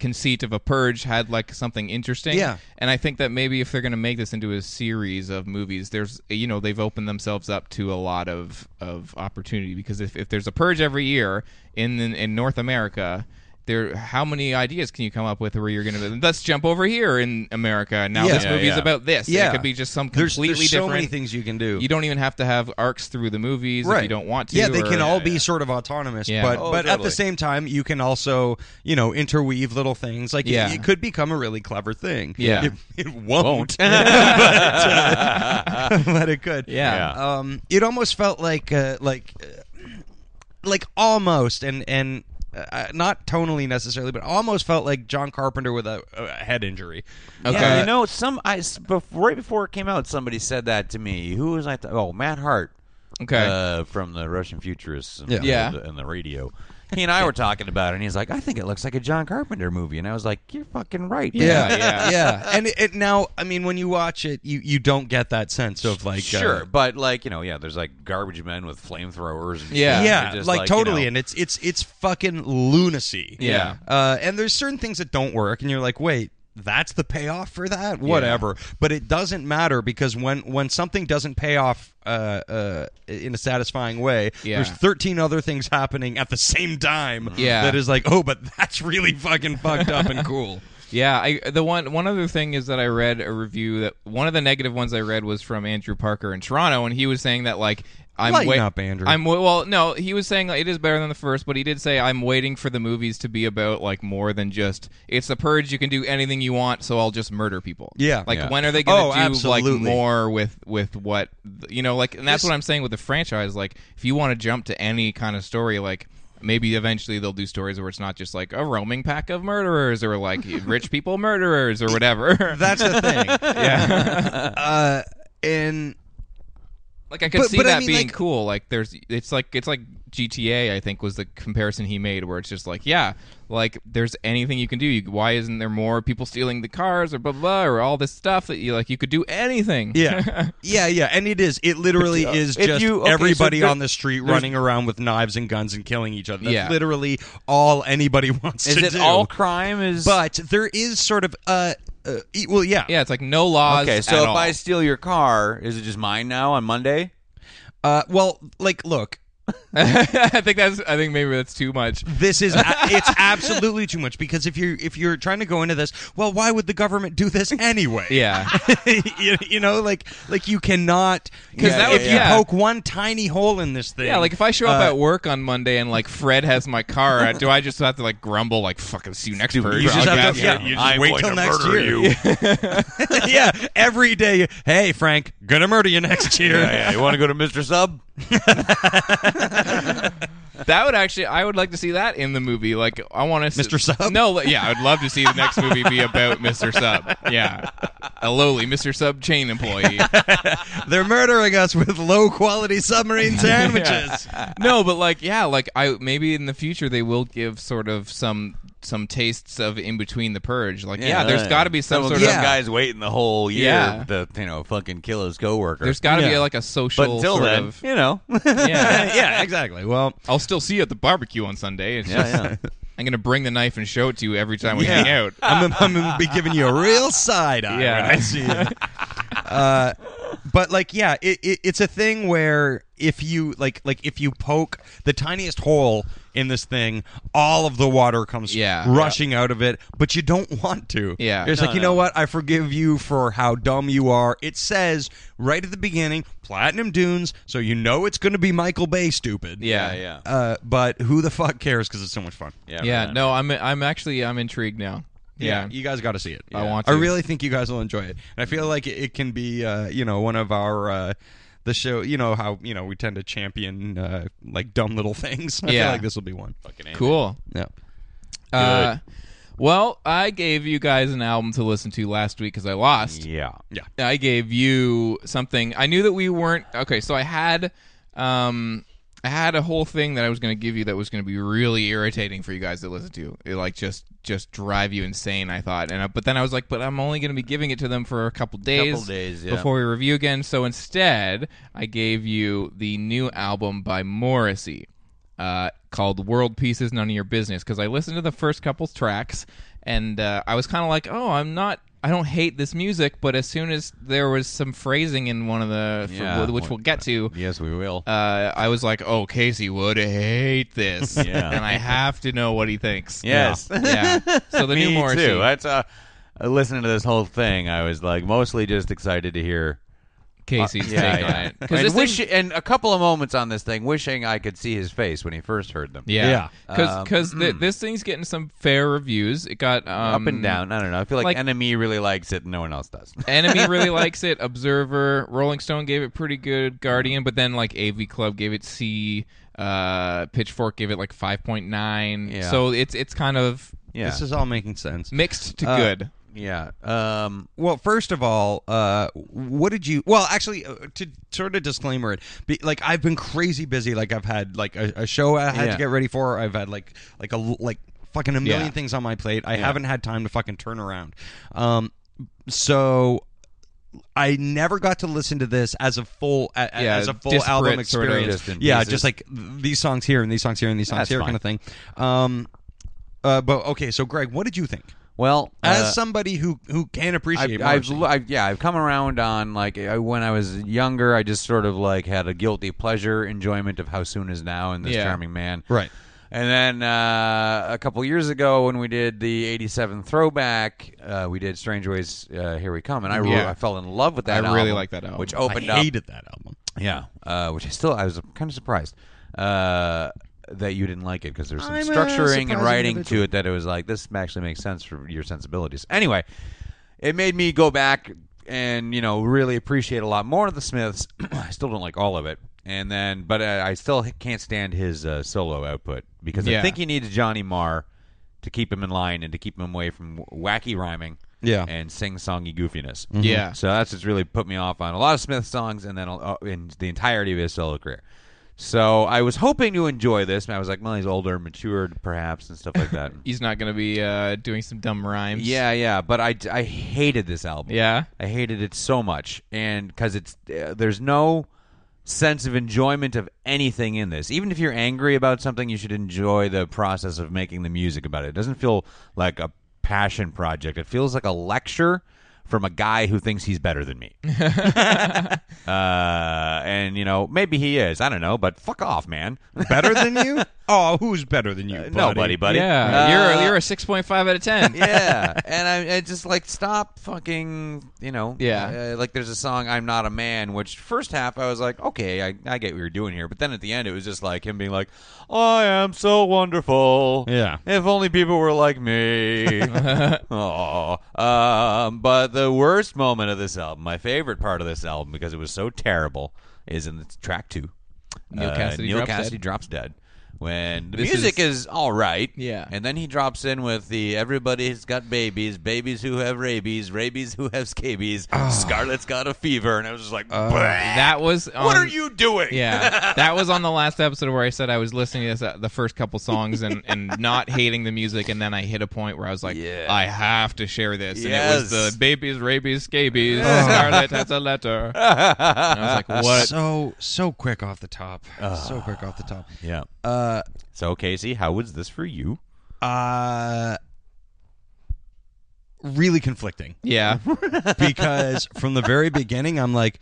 conceit of a purge had like something interesting. Yeah. And I think that maybe if they're going to make this into a series of movies, there's you know they've opened themselves up to a lot of of opportunity because if, if there's a purge every year in in North America. There, how many ideas can you come up with where you're going to let's jump over here in America? and Now Yeah. this Yeah, movie's yeah. about this. Yeah. it could be just some There's, completely there's so different. many things you can do. You don't even have to have arcs through the movies if you don't want to. Yeah, they or- can all be sort of autonomous, Yeah. but Oh, but at totally. the same time, you can also you know interweave little things. Like Yeah. it, it could become a really clever thing. Yeah. it, it won't, but, uh, but it could. Yeah. Oh, Um, it almost felt like uh, like uh, like almost and and. Uh, not tonally necessarily, but almost felt like John Carpenter with a, a head injury. Okay. Yeah, you know, some I s- bef- right before it came out, somebody said that to me. Who was I? Th- oh, Matt Hart. Okay. uh, from the Russian futurists and, Yeah. and the, and the radio. He and I were talking about it, and he's like, "I think it looks like a John Carpenter movie," and I was like, "You're fucking right." man." Yeah, yeah. yeah. And it, it now, I mean, when you watch it, you you don't get that sense of like uh, sure, but like you know, yeah, there's like garbage men with flamethrowers. And Yeah. shit, yeah, and just, like, you totally, know- and it's it's it's fucking lunacy. Yeah. uh, and there's certain things that don't work, and you're like, wait, that's the payoff for that, whatever. But it doesn't matter because when when something doesn't pay off uh, uh, in a satisfying way, Yeah. there's 13 other things happening at the same time. Yeah. that is like, oh, but that's really fucking fucked up and cool. Yeah, I the one one other thing is that I read a review that one of the negative ones I read was from Andrew Parker in Toronto, and he was saying that like I'm Lighten wai- up, Andrew. I'm wa- well, no, he was saying like, it is better than the first, but he did say I'm waiting for the movies to be about like more than just it's the purge. You can do anything you want, so I'll just murder people. Yeah. like Yeah. when are they going Oh, to do like absolutely. more with with what you know? Like, and that's what I'm saying with the franchise. Like, if you want to jump to any kind of story, like. Maybe eventually they'll do stories where it's not just like a roaming pack of murderers or like rich people murderers or whatever. That's the thing. yeah, uh, and. Like I could But- see but I that mean, being like- cool. Like there's, it's like it's like GTA. I think was the comparison he made, where it's just like, yeah, like there's anything you can do. You, why isn't there more people stealing the cars or blah blah or all this stuff that you like? You could do anything. Yeah, yeah, yeah, and it is. It literally is if just you- okay, so everybody there- on the street running around with knives and guns and killing each other. That's Yeah. literally all anybody wants Is to it do. all crime? Is but there is sort of uh, uh e- well, yeah, yeah. It's like no laws. okay? So at if all. I steal your car, is it just mine now on Monday? Uh, well, like, look, I think that's. I think maybe that's too much. this is a- it's absolutely too much because if you're if you're trying to go into this, well, why would the government do this anyway? Yeah. you, you know, like like you cannot 'Cause because that if would- you yeah. poke one tiny hole in this thing, Yeah, like if I show up at work on Monday and like Fred has my car, do I just have to like grumble like fucking see you next bird? You just have to, yeah, you just wait till next year. yeah, every day. Hey, Frank, gonna murder you next year. yeah, you want to go to Mr. Sub? That would actually, I would like to see that in the movie. Like, I want to, Mr. Sub? No, li- yeah, I would love to see the next movie be about Mr. Sub. Yeah, a lowly Mr. Sub chain employee. They're murdering us with low quality submarine sandwiches. no, but like, yeah, like I maybe in the future they will give sort of some some tastes of in between the purge. Like, yeah, there's got to be some sort give of Yeah. guys waiting the whole year Yeah. to you know fucking kill his coworker. There's got to be Yeah. like a but social until sort then, of. you know, Yeah, yeah, exactly. Well, I'll still see you at the barbecue on Sunday. It's just, yeah, yeah. I'm gonna bring the knife and show it to you every time we Yeah. hang out. I'm, I'm gonna be giving you a real side eye Yeah. when I see you. Uh, but like, yeah, it, it, it's a thing where if you like, like if you poke the tiniest hole in this thing, all of the water comes Yeah. rushing out of it. But you don't want to. Yeah. it's like you know what? I forgive you for how dumb you are. It says right at the beginning, Platinum Dunes, so you know it's going to be Michael Bay stupid. Yeah, yeah. Uh, but who the fuck cares? Because it's so much fun. yeah. right. No, I'm I'm actually I'm intrigued now. Yeah. you guys got to see it. I want I to. really think you guys will enjoy it, and I feel like it, it can be, uh, you know, one of our uh, the show. You know how you know we tend to champion uh, like dumb little things. I Yeah. feel like this will be one. Cool. Yeah. Uh, well, I gave you guys an album to listen to last week because I lost. yeah. I gave you something. I knew that we weren't okay. So I had, um, I had a whole thing that I was going to give you that was going to be really irritating for you guys to listen to. It like just just drive you insane. I thought, and I, but then I was like, but I'm only going to be giving it to them for a couple days, Couple days, yeah. before we review again. So instead, I gave you the new album by Morrissey uh, called "World Peace Is None of Your Business" because I listened to the first couple tracks and uh, I was kind of like, oh, I'm not. I don't hate this music, but as soon as there was some phrasing in one of the, for- Yeah. which we'll get to, Yes, we will. uh, I was like, "Oh, Casey would hate this," and I have to know what he thinks. Yes. yeah. Yeah. So the new Me Morrissey. too. That's uh, listening to this whole thing. I was like mostly just excited to hear Casey's take on it because And, this wish, thing, and a couple of moments on this thing, wishing I could see his face when he first heard them. yeah, Um, because this thing's getting some fair reviews. It got um, mm-hmm. Up and down. I don't know. I feel like, like- Enemy really likes it and no one else does. Enemy really likes it. Observer, Rolling Stone gave it pretty good. Guardian, but then like AV Club gave it C. Uh, Pitchfork gave it like five point nine. Yeah. So it's it's kind of Yeah. This is all making sense. mixed to Uh, good. yeah. Um, Well, first of all, uh, what did you? Well, actually, uh, to sort of disclaimer it, be, like I've been crazy busy. Like I've had like a, a show I had Yeah. to get ready for. I've had like like a l- like fucking a million Yeah. things on my plate. I haven't had time to fucking turn around. Um, so I never got to listen to this as a full a, a- Yeah, as a full disparate album sort of experience. just in yeah, pieces. just like th- these songs here and these songs here and these songs That's here kind of thing. Um, uh, but okay, so Greg, what did you think? well, As uh, somebody who who can appreciate, I've, I've, Morrissey. l- I've- yeah, I've come around on like I, when I was younger, I just sort of like had a guilty pleasure enjoyment of how soon is now and this Yeah. charming man, Right. And then uh, a couple years ago, when we did the '87 throwback, uh, we did "Strange Ways." Uh, Here we come, and I, ro- Yeah. I fell in love with that. I really album, like that album. which opened I up hated that album. yeah, uh, which I still I was kind of surprised uh, that you didn't like it because there's some I'm a structuring and surprising writing to individual. it that it was like this actually makes sense for your sensibilities. Anyway, it made me go back and you know really appreciate a lot more of the Smiths. I still don't like all of it, and then but uh, I still can't stand his uh, solo output because Yeah. I think he needs Johnny Marr to keep him in line and to keep him away from wacky rhyming. Yeah. and sing-songy goofiness. Mm-hmm. Yeah. So that's what's really put me off on a lot of Smith songs and then uh, in the entirety of his solo career. So I was hoping to enjoy this, and I was like, well, he's older, matured perhaps, and stuff like that. He's not going to be uh, doing some dumb rhymes. yeah, yeah, but I, I hated this album. Yeah. I hated it so much, and because it's uh, there's no sense of enjoyment of anything in this. Even if you're angry about something, you should enjoy the process of making the music about it. It doesn't feel like a passion project. It feels like a lecture from a guy who thinks he's better than me. uh, and you know, maybe he is. I don't know, but fuck off, man. Better than you? Oh, who's better than Uh, you? Nobody, buddy. Yeah, Uh, you're a, you're a six point five out of ten. yeah, and I, I just like stop fucking, you know. Yeah. uh, like there's a song "I'm Not a Man," which first half I was like, okay, I, I get what you're doing here, but then at the end it was just like him being like, "I am so wonderful." Yeah. If only people were like me. oh, um, but the worst moment of this album, my favorite part of this album because it was so terrible, is in track two. Neil Uh, Cassidy Neil drops dead. Cassidy drops dead. When the This music is- is, all right, Yeah. and then he drops in with the everybody's got babies, babies who have rabies, rabies who have scabies, Scarlett's got a fever, and I was just like, "Bleh, That was on, what are you doing? Yeah, that was on the last episode where I said I was listening to this, uh, the first couple songs and and not hating the music, and then I hit a point where I was like, Yeah. I have to share this, and it was Yes. the babies, rabies, scabies, scarlet has a letter. And I was like, what? So so quick off the top. so quick off the top. yeah. Uh, so Casey, how was this for you? Uh really conflicting yeah, because from the very beginning I'm like,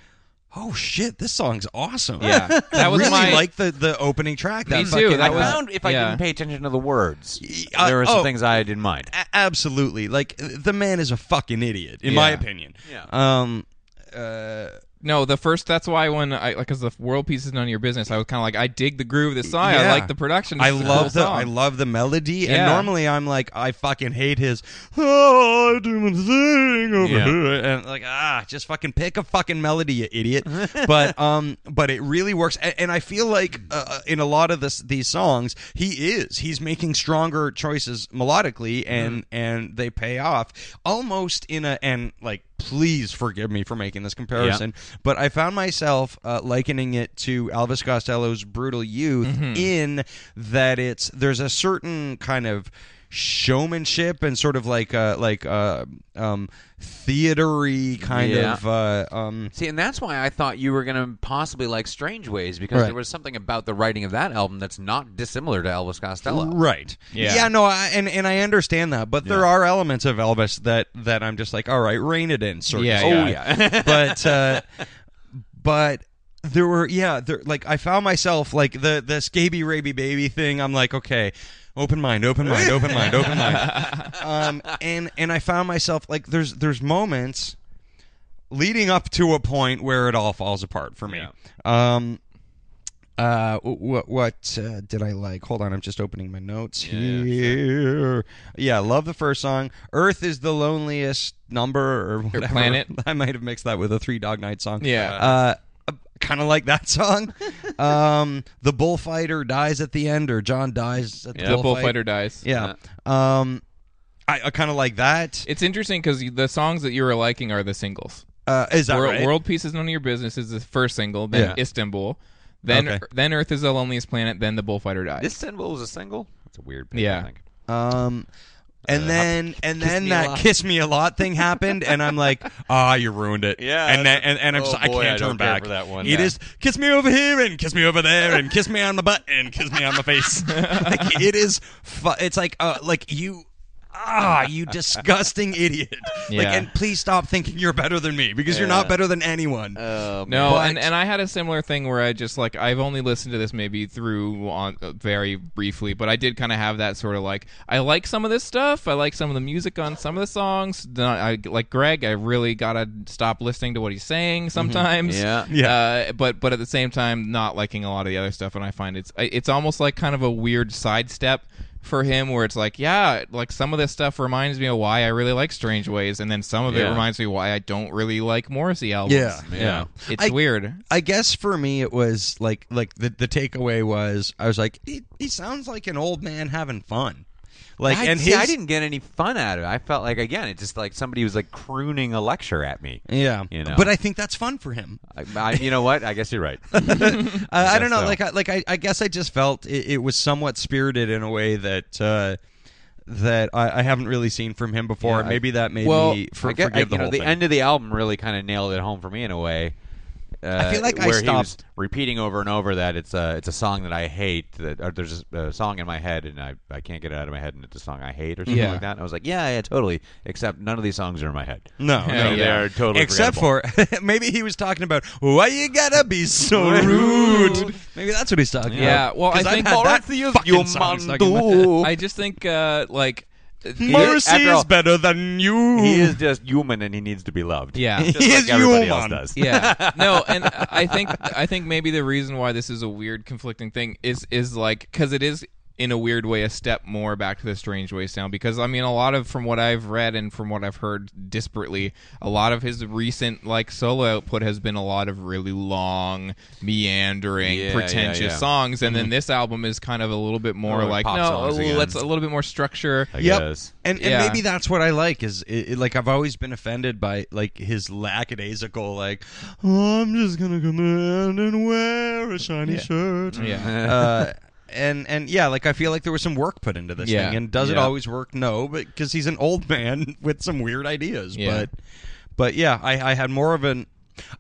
"Oh shit, this song's awesome." yeah, that was really my like the the opening track. Me that too, fucking- that I was- found if I yeah. didn't pay attention to the words, uh, there were some oh. things I didn't mind. A- absolutely. Like the man is a fucking idiot in my Yeah. opinion. Yeah. Um No, the first. That's why when I like, cause the world piece is none of your business. I was kind of like, I dig the groove of this song. I Yeah. like the production. I This is a cool love the song. I love the melody. Yeah. And normally I'm like I fucking hate his. Oh, I do my thing. Yeah. and like ah, just fucking pick a fucking melody, you idiot. but um, but it really works, and, and I feel like uh, in a lot of this these songs, he is he's making stronger choices melodically, and and they pay off almost in a and like. Please forgive me for making this comparison, but I found myself uh, likening it to Elvis Costello's "Brutal Youth" Mm-hmm. in that it's there's a certain kind of showmanship and sort of like uh like uh um theatery kind Yeah. of uh um See, and that's why I thought you were going to possibly like Strange Ways because Right. there was something about the writing of that album that's not dissimilar to Elvis Costello. right Yeah. no I, and and i understand that but there are elements of elvis that that i'm just like all right rein it in sort Yeah, of yeah. Oh, yeah but uh but there were yeah there like i found myself like the the scaby raby baby thing i'm like okay open mind open mind open mind open mind um and and i found myself like there's there's moments leading up to a point where it all falls apart for me um uh, what what uh, did I like? Hold on, I'm just opening my notes here. Yeah, love the first song. Earth is the loneliest number or whatever. planet. I might have mixed that with a Three Dog Night song. Yeah. Uh, kind of like that song. um, the bullfighter dies at the end, or John dies at the, the bullfight. bullfighter dies. Yeah. Um, I, I kind of like that. It's interesting because the songs that you were liking are the singles. Uh, is that Wor- right? World Peace is None of Your Business is the first single, then Yeah. Istanbul, then Okay. then Earth is the Loneliest Planet, then The Bullfighter Dies. This symbol was a single. That's a weird. Pick, Yeah. I think. Um, and then and then Uh, Me A that Lot. kiss me a lot thing happened, and I'm like, ah, you ruined it. Yeah, and then, and, that's- and I'm oh so, I boy, can't I turn don't care back. for that one. It Yeah. is kiss me over here and kiss me over there and kiss me on the butt and kiss me on the face. like it is, fu- it's like uh, like you. Ah, you disgusting idiot! Like, Yeah. and please stop thinking you're better than me because you're not better than anyone. Uh, No, and, and I had a similar thing where I just like I've only listened to this maybe through on uh, very briefly, but I did kind of have that sort of like I like some of this stuff, I like some of the music on some of the songs. Then I, I- like Greg, I really gotta stop listening to what he's saying sometimes. Mm-hmm. Yeah. yeah. Uh, but but at the same time, not liking a lot of the other stuff, and I find it's I- it's almost like kind of a weird sidestep. For him, where it's like, yeah, like some of this stuff reminds me of why I really like Strange Ways, and then some of it Yeah. reminds me why I don't really like Morrissey albums. Yeah, yeah. It's I- weird. I guess for me it was like like the the takeaway was I was like he, he sounds like an old man having fun, like I, and see, his, I didn't get any fun out of it. I felt like again, it's just like somebody was like crooning a lecture at me. yeah you know. but I think that's fun for him. I, I- you know what? I guess you're right. I, I don't know so. like I, like I, I guess I just felt it, it was somewhat spirited in a way that. Uh, that I, I haven't really seen from him before. and Maybe that made well, me for, I guess, forgive I, the you know, whole the thing. end of the album really kind of nailed it home for me in a way. Uh, feel like I where he stopped- was repeating over and over that it's a it's a song that I hate. That or there's a, a song in my head and I, I can't get it out of my head and it's a song I hate or something Yeah. like that. And I was like, yeah, yeah, totally. Except none of these songs are in my head. no, You no, know, yeah. they're totally Mm, except forgettable. for maybe he was talking about why you gotta be so rude. Maybe that's what he's talking Yeah, about. well, I 'Cause I've think had that Morrissey's fucking You song Man stuck in my head. Do. I just think uh, like it- Mercy After is all- better than you. he is just human and he needs to be loved. Yeah. just He like is everybody human. else does. yeah no and i think i think maybe the reason why this is a weird conflicting thing is is like because it is in a weird way a step more back to the strange ways sound because i mean a lot of from what i've read and from what i've heard disparately a lot of his recent like solo output has been a lot of really long meandering Yeah, yeah, pretentious yeah. songs and then this album is kind of a little bit more More like pop no songs again. let's a little bit more structure I Yep. guess. And, and Yeah. maybe that's what I like is it, it- like I've always been offended by like his lackadaisical like "Oh, I'm just gonna come in and wear a shiny shirt. yeah Uh, and and yeah, like I feel like there was some work put into this Yeah. thing. And does it Yeah. always work? No, but because he's an old man with some weird ideas. Yeah. But but yeah, I, I had more of an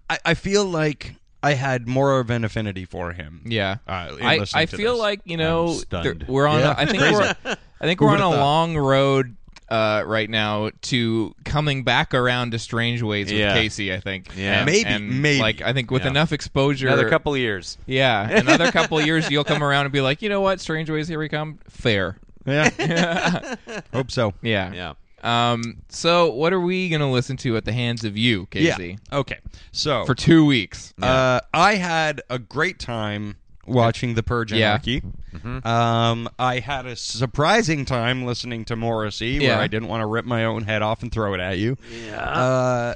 I, I feel like I had more of an affinity for him. Yeah, Uh, in I, listening I to feel this. like you know stunned. there- we're on. Yeah. A, I think we're. I think we're on would've a thought? long road uh, right now to coming back around to strange ways with Yeah. Casey. I think. Yeah. And- Maybe, and, maybe. Like I think with Yeah. enough exposure, Another couple of years. Yeah, another couple of years, you'll come around and be like, you know what, strange ways. Here we come. Fair. Yeah. Hope so. Yeah. Yeah. Um. So what are we gonna listen to at the hands of you, Casey, Yeah. Okay. So for two weeks? Uh, I had a great time watching The Purge Yeah. Mm-hmm. Anarchy. Um, I had a surprising time listening to Morrissey, Yeah. where I didn't want to rip my own head off and throw it at you. Yeah. Uh,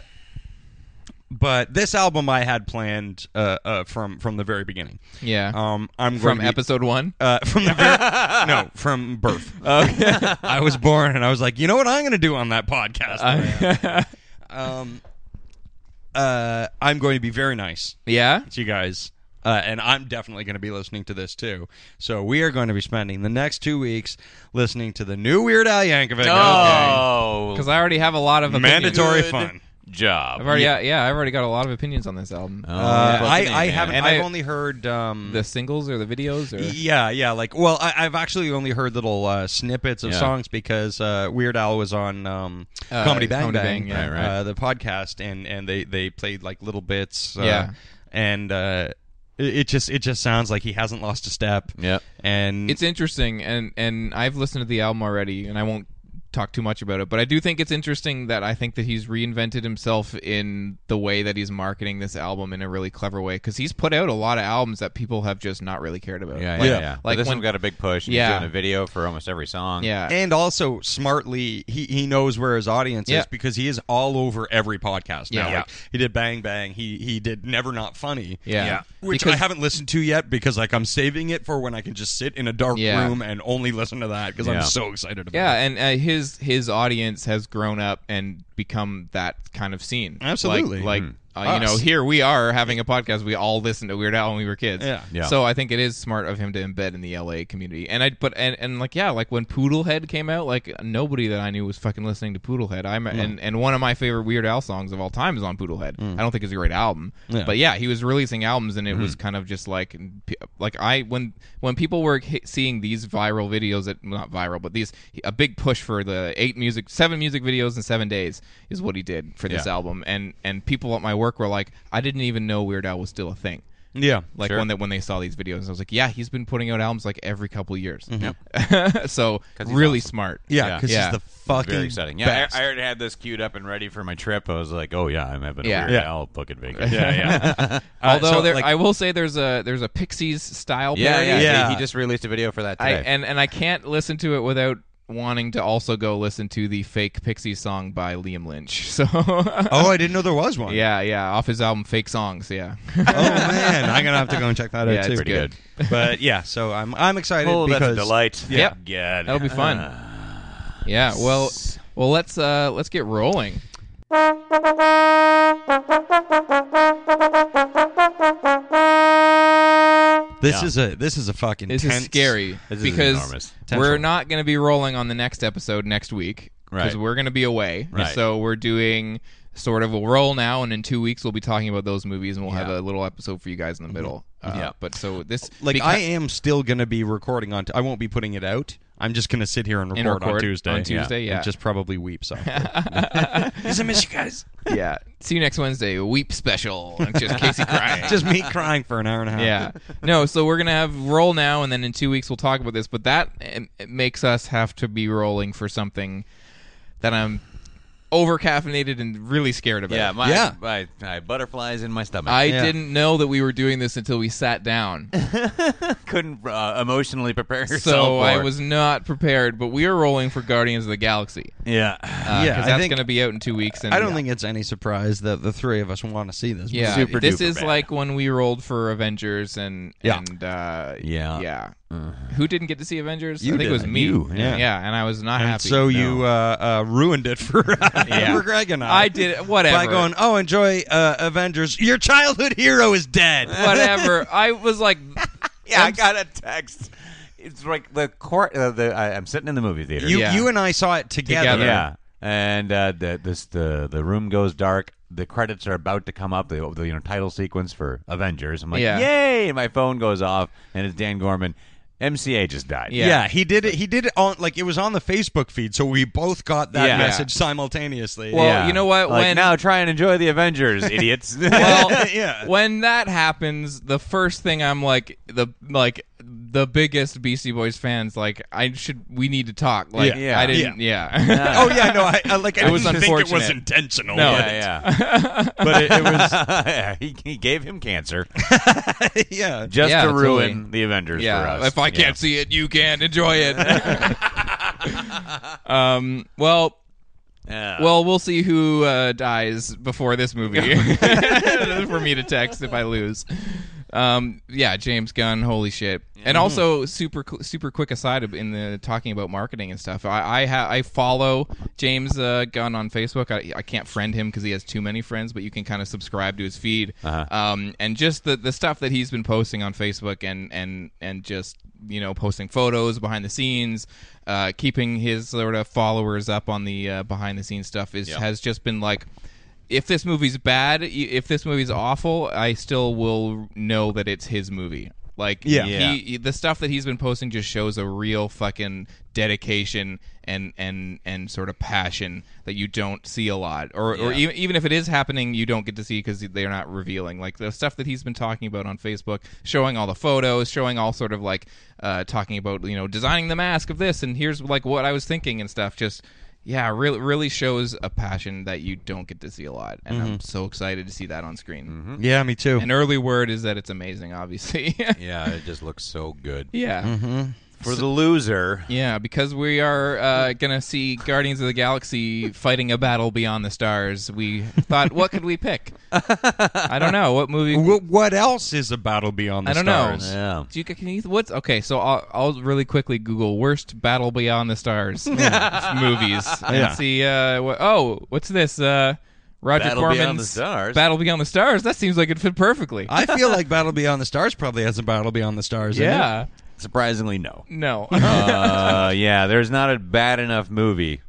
but this album I had planned uh, uh, from from the very beginning. Yeah. Um, I'm From going to be- episode one? uh, from the very, no from birth. I was born, and I was like, you know what I'm going to do on that podcast. um, uh, I'm going to be very nice yeah? to you guys. Uh, and I'm definitely going to be listening to this too. So we are going to be spending the next two weeks listening to the new Weird Al Yankovic. album. Oh, Because I already have a lot of opinions. mandatory fun. job. I've already, yeah. I've already got a lot of opinions on this album. Oh, Uh, fucking I, A, I man. haven't. And I've I- only heard um, the singles or the videos or Yeah, yeah. Like, well, I, I've actually only heard little uh, snippets of Yeah. songs because uh, Weird Al was on um, Uh, Comedy Bang Comedy Bang, Bang, yeah. uh, Right, right. the podcast, and and they they played like little bits. Uh, Yeah. and uh, it, it just it just sounds like he hasn't lost a step. Yep. and it's interesting and and i've listened to the album already and i won't talk too much about it but i do think it's interesting that i think that he's reinvented himself in the way that he's marketing this album in a really clever way because he's put out a lot of albums that people have just not really cared about Yeah, yeah, like, yeah. like But this when- one got a big push. Yeah. He's doing a video for almost every song. yeah and also smartly he, he knows where his audience Yeah. is because he is all over every podcast now. Yeah. Like, he did Bang Bang, he he did Never Not Funny. Yeah. Yeah. Which I Because- haven't listened to yet because like I'm saving it for when I can just sit in a dark Yeah. room and only listen to that because Yeah. I'm so excited about yeah it. and uh, his his audience has grown up and become that kind of scene Like- Absolutely. like, Hmm. Mm. uh, you know Us. here we are having a podcast we all listened to weird al when we were kids Yeah. Yeah. so i think it is smart of him to embed in the la community and i but and, and like yeah like when poodlehead came out like nobody that i knew was fucking listening to poodlehead i'm and and one of my favorite weird al songs of all time is on poodlehead Mm. i don't think it's a great album but yeah he was releasing albums and it Mm. was kind of just like p- like i when when people were hi- seeing these viral videos that not viral but these a big push for the eight music seven music videos in seven days is what he did for this Yeah. album and and people at my work were like i didn't even know weird al was still a thing Yeah. like when that when they saw these videos i was like yeah he's been putting out albums like every couple years Mm-hmm. so really smart Yeah, because Yeah. he's the fucking Very exciting. Yeah, best. I, I already had this queued up and ready for my trip. I was like, oh, yeah, I'm having a Yeah. weird Yeah. Al fucking vacation. yeah, yeah. Uh, although so, there, like- i will say there's a there's a pixies style Yeah, parody yeah, Yeah. He, he just released a video for that I, today. and and I can't listen to it without wanting to also go listen to the fake Pixie song by Liam Lynch. So oh, I didn't know there was one. yeah, yeah, off his album Fake Songs. Yeah, Oh man, I'm gonna have to go and check that out Yeah, it's too. pretty good. But yeah, so I'm I'm excited oh, because that's a delight. Yeah. Yep. Yeah. that'll be fun. Uh, Yeah, well, well, let's uh let's get rolling. This is a this is a fucking This tense- is scary This is because enormous. Tense we're roll. not going to be rolling on the next episode next week because Right. we're going to be away. Right. So we're doing sort of a roll now, and in two weeks we'll be talking about those movies, and we'll have a little episode for you guys in the middle. Uh, Mm-hmm. Yeah. But so this like beca- I am still going to be recording on. T- I won't be putting it out. I'm just going to sit here and record, And on record Tuesday. on Tuesday, yeah. And just probably weep softly. Because I miss you guys. yeah. See you next Wednesday. Weep special. It's just Casey crying. just me crying for an hour and a half. yeah. uh, No, so we're gonna have roll now, and then in two weeks we'll talk about this. But that um, it makes us have to be rolling for something that I'm over caffeinated and really scared about. Yeah, my, Yeah. My, my butterflies in my stomach. I Yeah. didn't know that we were doing this until we sat down, couldn't uh, emotionally prepare yourself. so I for- was not prepared. But we are rolling for Guardians of the Galaxy. Yeah. Uh, Yeah, 'cause I that's think- going to be out in two weeks. And I don't think it's any surprise that the three of us want to see this. Yeah, movie. Super this duper is bad. like when we rolled for Avengers and Yeah. Mm. and uh, Yeah. yeah. Who didn't get to see Avengers? You I think it was did. me. You, yeah. yeah. and I was not And happy. so No. you uh, uh, ruined it for, Yeah. for Greg and I. I did it- whatever. By going, oh, enjoy uh, Avengers. Your childhood hero is dead. whatever. I was like, yeah, I got a text. It's like the court. Uh, the I, I'm sitting in the movie theater. You Yeah. you and I saw it together. Together. Yeah, and uh, the this the the room goes dark. The credits are about to come up. The, the you know title sequence for Avengers. I'm like, Yeah. yay! And my phone goes off, and it's Dan Gorman. MCA just died. Yeah. Yeah. he did it. He did it on like it was on the Facebook feed, so we both got that Yeah. message simultaneously. Well, you know what? Like, When- now try and enjoy the Avengers, idiots. well, Yeah. when that happens, the first thing I'm like, the like the biggest Beastie Boys fans. Like I should, we need to talk. Like Yeah. Yeah. I didn't. Yeah. oh yeah, no, I, I like. I It was didn't think it was unfortunate. intentional. No. but- yeah, yeah. but it, it was. yeah, he, he gave him cancer Yeah, just Yeah, to ruin totally. the Avengers for yeah. us. If I Yeah. can't see it, you can enjoy it. um. Well. Yeah. Well, we'll see who uh, dies before this movie for me to text if I lose. Um, yeah, James Gunn, holy shit! Mm-hmm. And also, super qu- super quick aside in the talking about marketing and stuff. I I, ha- I follow James uh, Gunn on Facebook. I, I can't friend him because he has too many friends, but you can kind of subscribe to his feed. Um, and just the the stuff that he's been posting on Facebook and and and just you know posting photos behind the scenes uh, keeping his sort of followers up on the uh, behind the scenes stuff is has just been like if this movie's bad y- if this movie's awful i still will know that it's his movie like Yeah. He, he- the stuff that he's been posting just shows a real fucking dedication and and and sort of passion that you don't see a lot or or even, even if it is happening you don't get to see because they're not revealing like the stuff that he's been talking about on facebook showing all the photos showing all sort of like uh, talking about you know designing the mask of this and here's like what i was thinking and stuff just yeah really really shows a passion that you don't get to see a lot and i'm so excited to see that on screen yeah, me too. an early word is that it's amazing obviously yeah, it just looks so good yeah for the loser. Yeah, because we are uh, gonna see Guardians of the Galaxy fighting a battle beyond the stars. We thought, what could we pick? I don't know what movie. Wh- what else is a battle beyond the I don't stars? know. Yeah. Do you, can you, what's okay? So I'll, I'll really quickly Google worst battle beyond the stars movies and Yeah. see. Uh, what, oh, what's this? Uh, Roger Battle Beyond Corman's the Stars? Battle Beyond the Stars. That seems like it fit perfectly. I feel like Battle Beyond the Stars probably has a Battle Beyond the Stars. in it. yeah. Surprisingly, no. No. uh, yeah, there's not a bad enough movie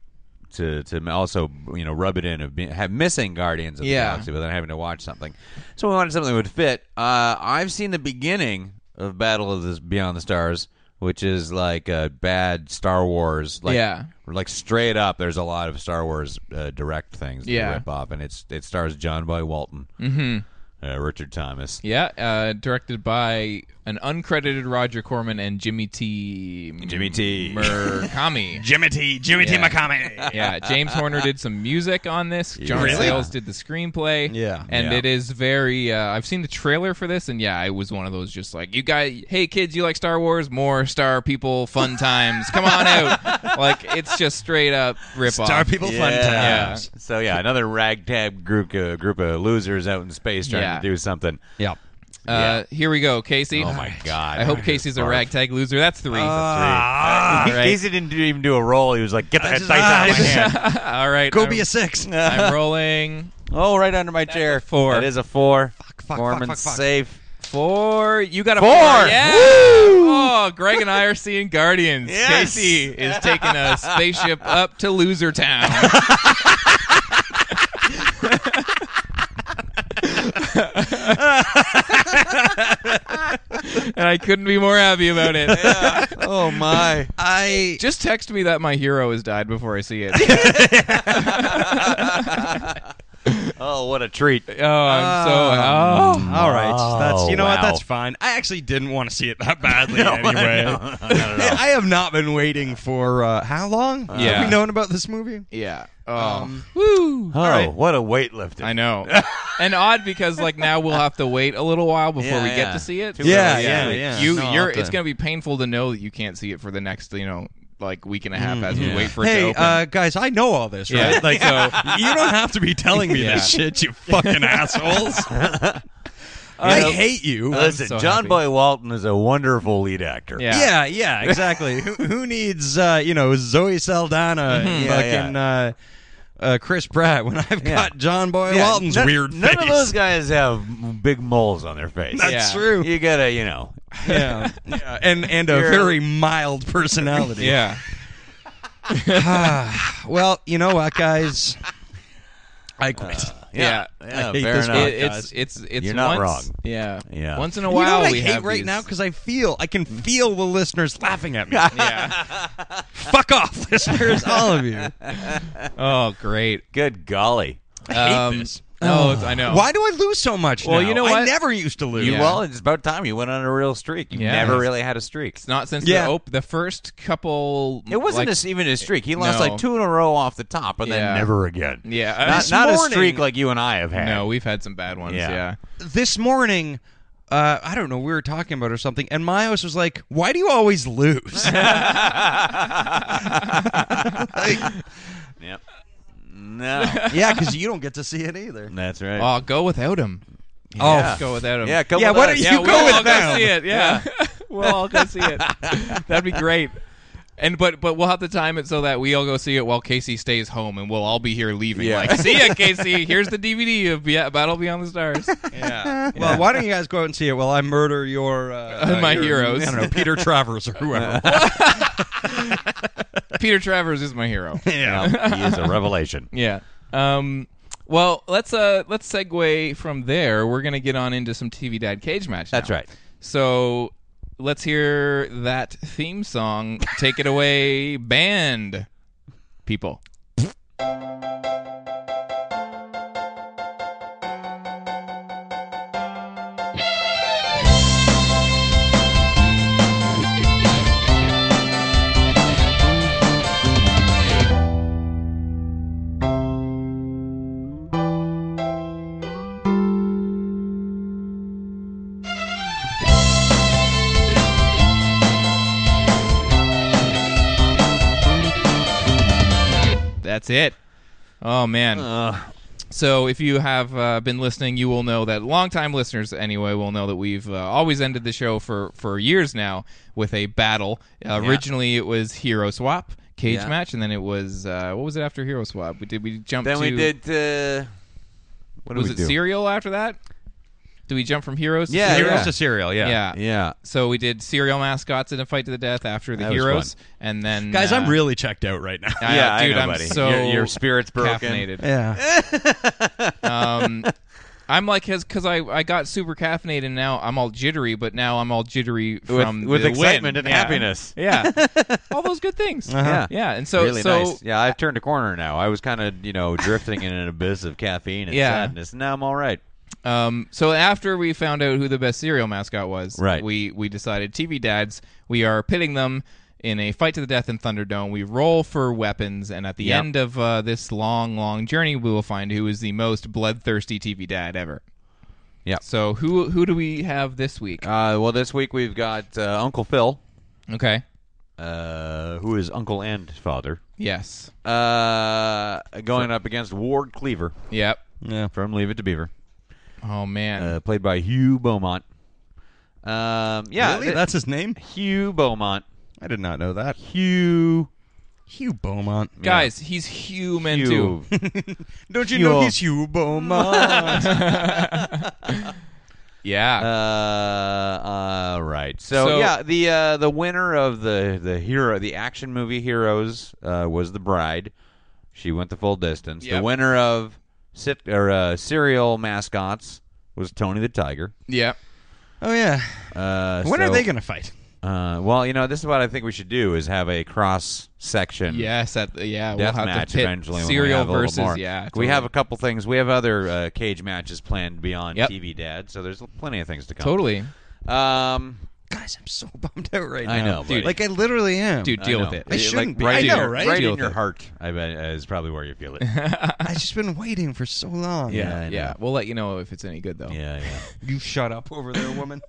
to to also you know rub it in of being, have missing Guardians of Yeah. the Galaxy, but then having to watch something. So we wanted something that would fit. Uh, I've seen the beginning of Battle of the Beyond the Stars, which is like uh, bad Star Wars. Like, Yeah. Like straight up, there's a lot of Star Wars uh, direct things that Yeah. yeah. rip off, and it's it stars John Boy Walton, mm-hmm. uh, Richard Thomas, Yeah, uh, directed by an uncredited Roger Corman and Jimmy T. Jimmy T. Murkami. Jimmy T. Jimmy T. Yeah. McCamey. yeah, James Horner did some music on this. John Really? Sayles did the screenplay. Yeah. and Yeah. it is very. Uh, I've seen the trailer for this, and yeah, I was one of those just like you guys. Hey kids, you like Star Wars? More Star people, fun times. Come on out. like it's just straight up rip Star off. people fun Yeah. times. So yeah, another ragtag group uh, group of losers out in space trying Yeah. to do something. Yeah. Uh, Here we go, Casey. Oh my god! I hope Casey's a Barf. ragtag loser. That's three. Ah, He- Right. Casey didn't do- even do a roll. He was like, "Get that just- dice out of my ah, hand." All right, go I'm- be a six. I'm rolling. oh, right under my chair. four. That is a four. Fuck, fuck, Foreman's fuck, fuck, fuck. safe. Four. You got a Four! Yeah. Oh, Greg and I are seeing Guardians. Yes. Casey is taking a spaceship up to Loser Town. and I couldn't be more happy about it. Oh my! I Just text me that my hero has died before I see it. oh, what a treat! Oh, I'm Ah. so. Oh. all right. That's you know what? wow. That's fine. I actually didn't want to see it that badly anyway. I, I have not been waiting for uh, how long? Yeah. have we known about this movie? Yeah. Oh. Um, Woo. Oh, right. what a weightlifter! I know. and odd because like now we'll have to wait a little while before Yeah, we yeah. get to see it. Too Yeah, early. yeah, yeah. You, No, I'll you're. have to- It's gonna be painful to know that you can't see it for the next, you know, like week and a half as we Mm, yeah. wait for it to Hey, open. uh, guys, I know all this, Yeah. right? Like, so you don't have to be telling me this Yeah. shit, you fucking assholes. I hate you. Listen, so John happy. Boy Walton is a wonderful lead actor. yeah. Yeah, yeah, exactly. who, who needs, uh, you know, Zoe Saldana and Yeah, fucking Uh, uh, Chris Pratt when I've Yeah. got John Boy Walton's none, weird None face? of those guys have big moles on their face. That's Yeah. true. You gotta, you know, Yeah. Yeah, and and a You're- very mild personality. Yeah. Well, you know what, guys? I quit. Yeah. yeah, hate fair this enough. guy. It- it's it's it's You're once- not wrong. Yeah. Yeah. Once in a you know while what I we hate have right these- now because I feel I can feel the listeners laughing at me. yeah. Fuck off, listeners, all of you. Oh, great. Good golly. I hate Um, this. Oh. No, it's, I know. Why do I lose so much? Well, now? you know I what? never used to lose. You well, it's about time you went on a real streak. You Yeah. never really had a streak. It's not since Yeah. the op- the first couple. It wasn't like, a, even a streak. He lost No. like two in a row off the top, and Yeah. then never again. Yeah, not, this not a morning- streak like you and I have had. No, we've had some bad ones. Yeah. Yeah. this morning, uh, I don't know, we were talking about it or something, and Myos was like, "Why do you always lose?" Like, Yep. No. yeah, because you don't get to see it either. That's right. Oh, go without him. Oh, Go without him. yeah, come Yeah, with what us. are you Yeah, go we'll with all go them. see it. Yeah, we'll all go see it. That'd be great. And but but we'll have to time it so that we all go see it while Casey stays home, and we'll all be here leaving. Yeah. Like, see ya, Casey. Here's the DVD of Be- Battle Beyond the Stars. Yeah, well, why don't you guys go out and see it while I murder your uh, Uh, my your- heroes. I don't know, Peter Travers or whoever. Peter Travers is my hero. Yeah, he is a revelation. Yeah. Um. Well, let's uh let's segue from there. We're gonna get on into some TV Dad cage match. That's now. right. So let's hear that theme song. Take it away, band people. That's it. Oh man. Uh. so if you have uh, been listening, you will know that longtime listeners anyway will know that we've uh, always ended the show for for years now with a battle. Uh, Originally, it was hero swap cage Yeah. match, and then it was uh, what was it after hero swap? We did we jump? Then to, we did. Uh, what did Was we it do? cereal after that? Do we jump from heroes? Yeah, to Heroes yeah. to cereal, yeah. Yeah. Yeah. So we did cereal mascots in a fight to the death after the That was heroes, and then Guys, I'm uh, really checked out right now. I- yeah, dude, I know, am buddy. so your, your spirit's broken. caffeinated. yeah. I'm like his because I, I got super caffeinated and now I'm all jittery, but now I'm all jittery from with the excitement win. and Yeah. happiness. Yeah, all those good things. Uh-huh. Yeah. yeah, and so really so nice. Yeah, I've turned a corner now. I was kind of you know drifting in an abyss of caffeine and Yeah. sadness. Now I'm all right. um so after we found out who the best cereal mascot was, Right. We we decided TV dads. We are pitting them in a fight to the death in Thunderdome. We roll for weapons, and at the Yep. end of uh, this long long journey, we will find who is the most bloodthirsty TV dad ever. Yep. So who who do we have this week? Uh, well, this week we've got uh, Uncle Phil, Okay. uh, who is uncle and father, Yes. uh, going up against Ward Cleaver Yep. from Leave It to Beaver, Oh man. uh, played by Hugh Beaumont. Um, yeah, Really? th- That's his name? Hugh Beaumont. I did not know that. Hugh. Hugh Beaumont. Guys, he's human Hugh. too. Don't you Hugh. know he's Hugh Beaumont? Yeah. Uh, all right. So, So- yeah, the uh, the winner of the the hero the action movie Heroes uh, was the bride. She went the full distance. The Yep. winner of sit or uh, serial mascots was Tony the Tiger. yeah. oh yeah. Uh, When are so, they going to fight? Uh, well, you know, this is what I think we should do: is have a cross section. Yes. At the, yeah, we'll Death have match to pit eventually. when we serial have a little versus more. yeah. we totally. have a couple things. We have other uh, cage matches planned beyond Yep. TV Dad, so there's plenty of things to come. totally, Um, Guys, I'm so bummed out right I now. know, buddy. Like I literally am. dude. Deal with it. I shouldn't be. Right I in know, your, right? Right Deal in with your it. heart, I bet uh, is probably where you feel it. I've just been waiting for so long. I know. yeah, we'll let you know if it's any good though. yeah, yeah. You shut up over there, woman.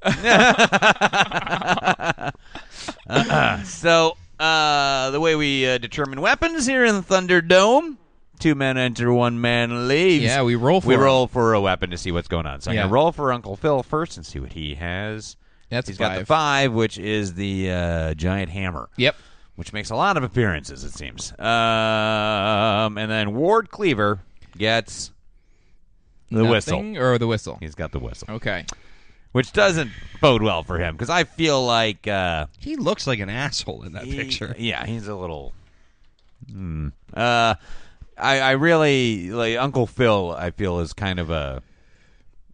So uh, the way we uh, determine weapons here in Thunderdome. Two men enter, one man leaves. Yeah, we roll for we it. roll for a weapon to see what's going on. So I'm Yeah. gonna roll for Uncle Phil first and see what he has. That's He's got the five. five, which is the uh, giant hammer. Yep. which makes a lot of appearances, it seems. Um, and then Ward Cleaver gets the whistle. Nothing or the whistle. He's got the whistle, Okay. which doesn't bode well for him because I feel like uh, he looks like an asshole in that he- picture. Yeah, he's a little. Hmm. Uh, I, I really like Uncle Phil. I feel is kind of a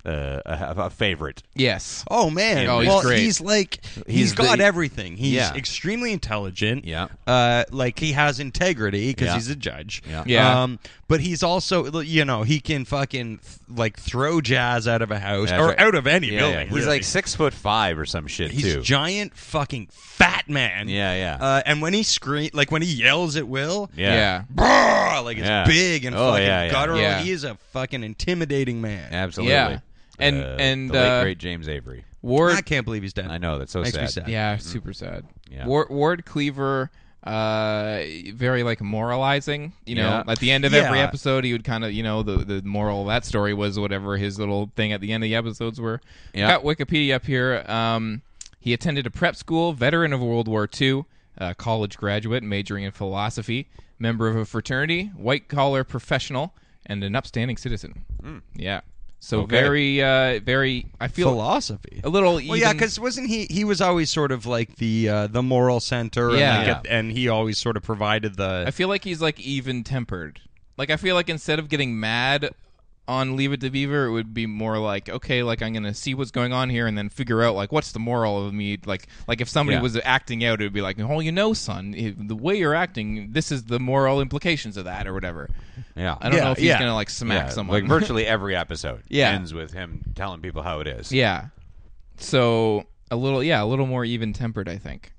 uh, a, a favorite. Yes. Oh man! Oh, he's well, great. he's like He's he's got the- everything. He's Yeah. extremely intelligent. Yeah. Uh, like he has integrity because Yeah. he's a judge. Yeah. Yeah. Um, but he's also, you know, he can fucking th- like throw jazz out of a house That's or right. out of any Yeah, building. yeah. He's really. like six foot five or some shit He's too. giant, fucking fat man. Yeah, yeah. Uh, and when he scream, like when he yells at Will, yeah. yeah. brrr, like it's Yeah. big and Oh, fucking yeah, yeah. guttural. Yeah. He is a fucking intimidating man. Absolutely. Yeah. And- and, the late, uh, great James Avery. Ward. I can't believe he's dead. I know that's so Makes me sad. sad. Mm-hmm. Yeah, super sad. Yeah. Ward, Ward Cleaver, uh, very like moralizing. You know, Yeah. at the end of Yeah. every episode, he would kind of, you know, the the moral of that story was whatever his little thing at the end of the episodes were. Yeah. Got Wikipedia up here. Um, he attended a prep school, veteran of World War II, a college graduate, majoring in philosophy, member of a fraternity, white collar professional, and an upstanding citizen. Mm. Yeah. So very, uh, very. I feel philosophy. a little. Well, yeah, even- because wasn't he? He was always sort of like the uh, the moral center. Yeah. and, like, a- and he always sort of provided I the. feel like he's like even tempered. Like I feel like instead of getting mad on Leave It to Beaver, it would be more like, okay, like I'm gonna see what's going on here and then figure out like what's the moral of me. Like like if somebody Yeah. was acting out, it would be like, oh, you know, son, if- the way you're acting, this is the moral implications of that or whatever. Yeah. I don't Yeah, know if he's yeah. gonna like smack Yeah, someone. Like virtually every episode Yeah. ends with him telling people how it is. yeah. So a little, yeah, a little more even tempered, I think,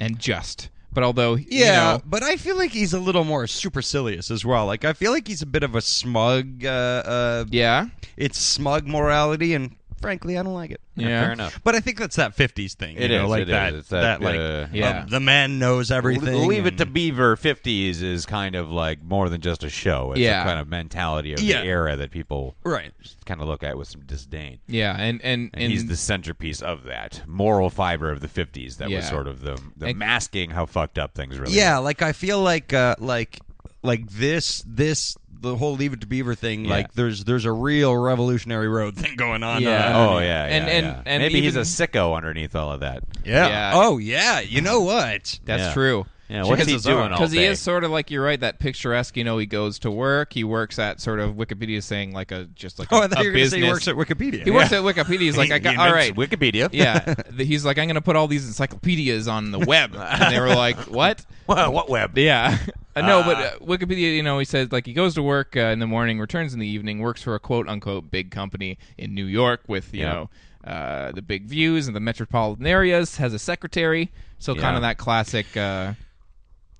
and just. But although, Yeah, you know, but I feel like he's a little more supercilious as well. Like I feel like he's a bit of a smug. Uh, uh, yeah, It's smug morality, and frankly, I don't like it. yeah, Fair enough. But I think that's that '50s thing. you It know, is, like it is. that, It's that. that, like um, uh, Yeah. the man knows everything. L- Leave it to and- Beaver 50s is kind of like more than just a show. It's Yeah. a kind of mentality of Yeah. the era that people right. kind of look at with some disdain. yeah, and and And, he's the centerpiece of that moral fiber of the 50s that was Yeah. sort of the, the And- masking how fucked up things really Yeah, were. like I feel like uh like like this this the whole Leave It to Beaver thing, Yeah. like there's there's a real revolutionary road thing going on. Yeah. Uh, Oh, yeah. And- yeah, and- yeah. and Maybe he's even- a sicko underneath all of that. yeah. Yeah. Oh yeah. You know what? That's Yeah. true. Yeah, what's he Chances are- doing all Because he day? is sort of like you're right that picturesque. You know, he goes to work. He works at sort of Wikipedia is saying like a just like Oh, a, I thought a you were gonna business. say he works at Wikipedia. He works at Wikipedia. He's like, I got all right. Wikipedia. yeah, Th- he's like, I'm gonna put all these encyclopedias on the web, and they were like, what? Well, what web? Yeah. Uh, no, but uh, Wikipedia, you know, he says like he goes to work uh, in the morning, returns in the evening, works for a quote unquote big company in New York with you Yeah. know uh, the big views and the metropolitan areas. Has a secretary, so kind Yeah. of that classic, uh,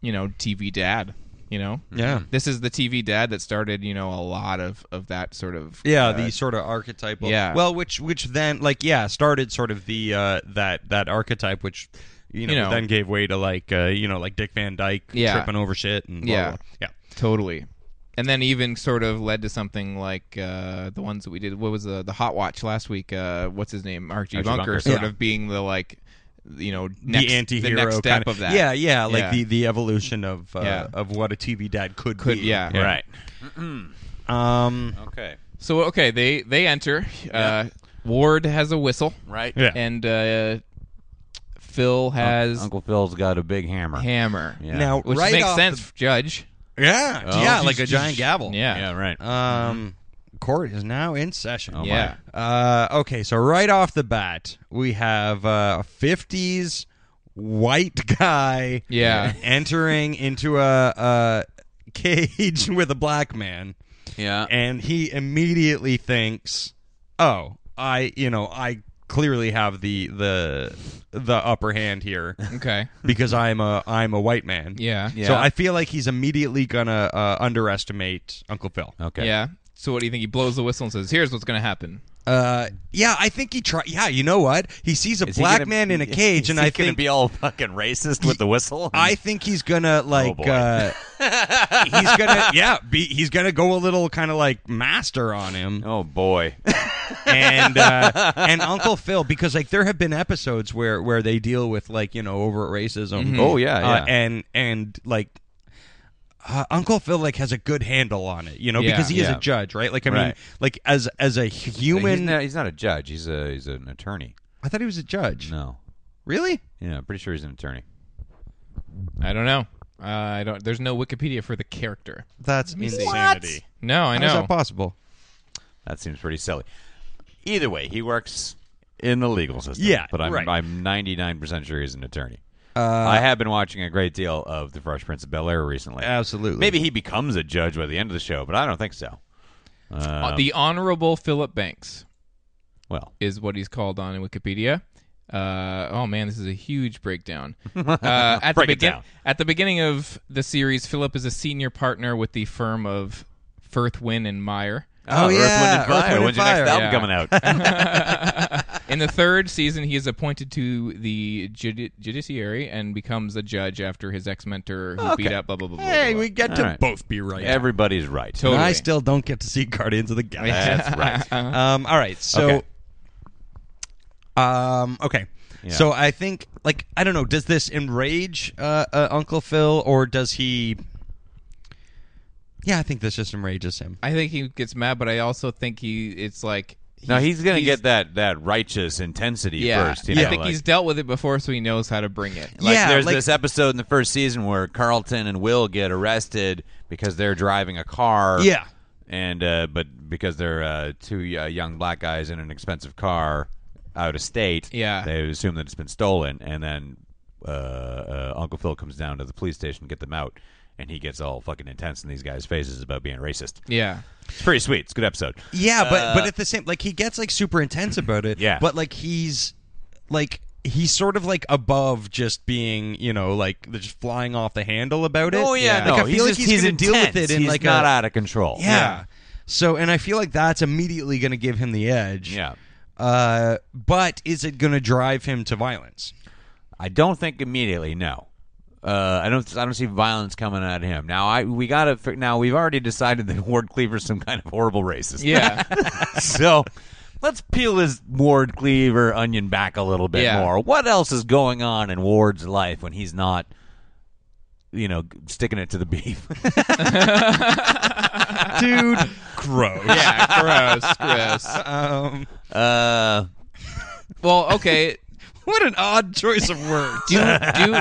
you know, TV dad. You know, Yeah. This is the TV dad that started, you know, a lot of of that sort of Yeah, the sort of archetypal. uh, yeah. Well, which which then like yeah started sort of the uh, that that archetype which you know, You know. then gave way to like uh, you know like Dick Van Dyke Yeah. tripping over shit and blah, Yeah. blah, blah. yeah. Totally. And then even sort of led to something like uh, the ones that we did. What was uh, the the hot watch last week? Uh, what's his name? Archie, Archie Bunker, Bunker. sort Yeah. of being the like, you know, next, the anti-hero next step kinda- of that. Yeah, yeah, like Yeah. the the evolution of uh, Yeah. of what a TV dad could, Could- be. yeah. right. um, Mm-hmm. Okay. So okay, they they enter. Uh, Ward has a whistle, Right. yeah, and uh, Phil has Uncle Phil's got a big hammer. hammer. Yeah. Now, which right makes off sense, Judge. the- yeah, Oh. yeah, like a giant gavel. Yeah. Yeah, right. Mm-hmm. Um, court is now in session. Oh, yeah. Uh, okay, so right off the bat, we have uh, '50s white guy, Yeah. entering into a, a cage with a black man. Uh. yeah. and he immediately thinks, "Oh, I, you know, I clearly have the the the upper hand here Okay. because I'm a I'm a white man." Yeah. So I feel like he's immediately gonna uh, underestimate Uncle Phil. okay. Yeah. So what do you think? He blows the whistle and says, "Here's what's going to happen." Uh, yeah, I think he try. Yeah, you know what? He sees a Is he black gonna- man in a cage, is and he I gonna think be all fucking racist with the whistle. I think he's gonna like. Oh, boy. uh, he's gonna yeah. Be, he's gonna go a little kind of like master on him. oh boy. and uh, and Uncle Phil because like there have been episodes where where they deal with like you know overt racism. Oh, yeah, Uh, yeah. and and like. Uh, Uncle Phil like has a good handle on it, you know, Yeah. because he is Yeah. a judge, right? Like, I mean, Right. like as as a He's human, not, he's not a judge. He's a he's an attorney. I thought he was a judge. No. Really? Yeah, I'm pretty sure he's an attorney. I don't know. Uh, I don't. There's no Wikipedia for the character. That's insanity. No, I How is know. that possible? That seems pretty silly. Either way, he works in the legal system. Yeah, but I'm right. I'm 99% sure he's an attorney. Uh, I have been watching a great deal of The Fresh Prince of Bel Air recently. Absolutely. Maybe he becomes a judge by the end of the show, but I don't think so. Uh, the Honorable Philip Banks Well, is what he's called on Wikipedia. Uh, oh man, this is a huge breakdown. Uh, at Break the it down. At the beginning of the series, Philip is a senior partner with the firm of Firth, Win, and Meyer. Oh, Earth, yeah, Wind, and Fire. Earth, Wind and When's your next Fire. album Yeah. coming out? In the third season, he is appointed to the judi- judiciary and becomes a judge after his ex mentor who beat up blah blah blah. blah, Hey, blah. we get to All right. both be right. Everybody's right. Totally. I still don't get to see Guardians of the Galaxy. That's right. um, all right, so, Okay. um, okay, Yeah. so I think, like, I don't know, does this enrage uh, uh, Uncle Phil, or does he? Yeah, I think this just enrages him. I think he gets mad, but I also think he it's like Now he's gonna get that that righteous intensity yeah. first. You I know, think like- he's dealt with it before, so he knows how to bring it. Like Yeah, there's like- this episode in the first season where Carlton and Will get arrested because they're driving a car. Yeah. And uh, but because they're uh, two uh, young black guys in an expensive car out of state, Yeah. they assume that it's been stolen, and then uh, uh, Uncle Phil comes down to the police station to get them out, and he gets all fucking intense in these guys' faces about being racist. Yeah. It's pretty sweet. It's a good episode. Yeah, but but at the same, like, he gets like super intense about it. Yeah. but like he's like. He's sort of like above just being, you know, like just flying off the handle about it. Oh yeah, like, no, I feel like just- he's, gonna deal with intense. it in He's like not a, out of control. Yeah. So, and I feel like that's immediately going to give him the edge. Yeah. Uh, but is it going to drive him to violence? I don't think immediately. No, uh, I don't. I don't see violence coming at him. Now, I we gotta. fi- Now we've already decided that Ward Cleaver's some kind of horrible racist. Yeah. so let's peel his Ward Cleaver onion back a little bit Yeah. more. What else is going on in Ward's life when he's not, you know, sticking it to the beef? Dude, gross. yeah. Gross. Gross. Um, uh, Well, okay. what an odd choice of words. Do do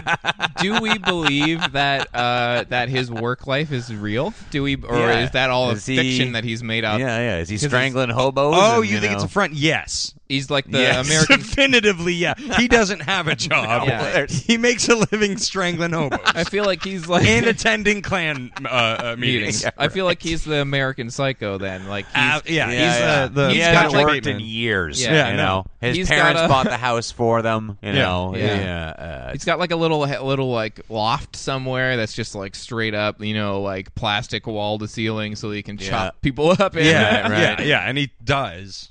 do we believe that uh, that his work life is real? Do we, or Yeah. is that all a Is he- fiction that he's made yeah, up? yeah. Is he he's- strangling hobos? oh, and, you, think know- it's a uh, front? Yes. He's like the Yes. American. Definitively, yeah. He doesn't have a job. Yeah. He makes a living strangling I hobos feel like he's like and attending clan uh, uh, meetings. meetings. I feel like he's the American Psycho. Then, like, he's, Uh, yeah, Yeah, he's yeah. Uh, the he he's got hasn't like- worked in years. Yeah. Yeah, you no. know, his He's parents got a- bought the house for them. You Yeah. know, Yeah. yeah, uh, It's got like a little a little like loft somewhere that's just like straight up, you know, like plastic wall to ceiling so he can chop people up in yeah, Right, Uh, right. yeah, yeah, and he does.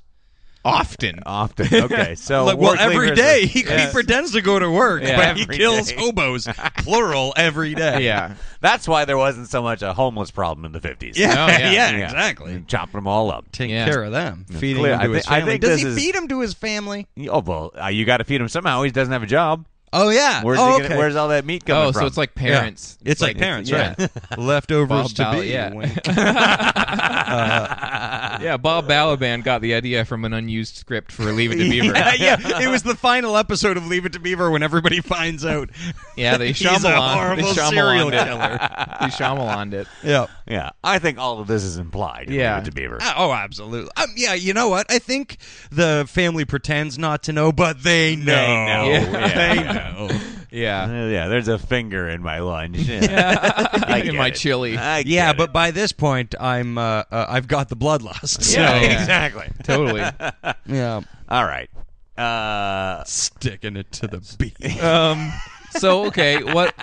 often. often. Okay, so like, well, Ward Cleaver every is a- day he, he pretends to go to work, Yeah. but he Every kills day. hobos, plural, every day. Yeah. That's why there wasn't so much a homeless problem in the fifties. yeah, Oh, yeah, Mm. yeah. exactly. chopping them all up. Taking Yeah. care of them, feeding Clear. them I to his thi- I family. think Does this he is- feed him to his family? Oh well, uh, you got to feed him somehow. He doesn't have a job. Oh yeah. Where's, oh, he okay. gonna, where's all that meat coming Oh, from? so it's like parents. Yeah. It's like, parents, yeah. right? Leftovers Bob to Bal- be. yeah. Wink. Yeah, Bob Balaban got the idea from an unused script for Leave It to Beaver. yeah, yeah, yeah. It was the final episode of Leave It to Beaver when everybody finds out. they he's Shyamalan. a horrible they Shyamalan serial it. killer. they Shyamalan'd it. yeah. yeah, I think all of this is implied. in Yeah. Leave it to Beaver. Uh, Oh, absolutely. Um, yeah, you know what? I think the family pretends not to know, but they know. know. Yeah. They Yeah. know. Yeah. Uh, yeah, there's a finger in my lunch. Yeah. I In get my it. chili. I get Yeah, it. but by this point, I'm uh, uh, I've got the bloodlust. So. Yeah, yeah. exactly. Totally. yeah, All right. Uh, sticking it to the beat. Um so okay, what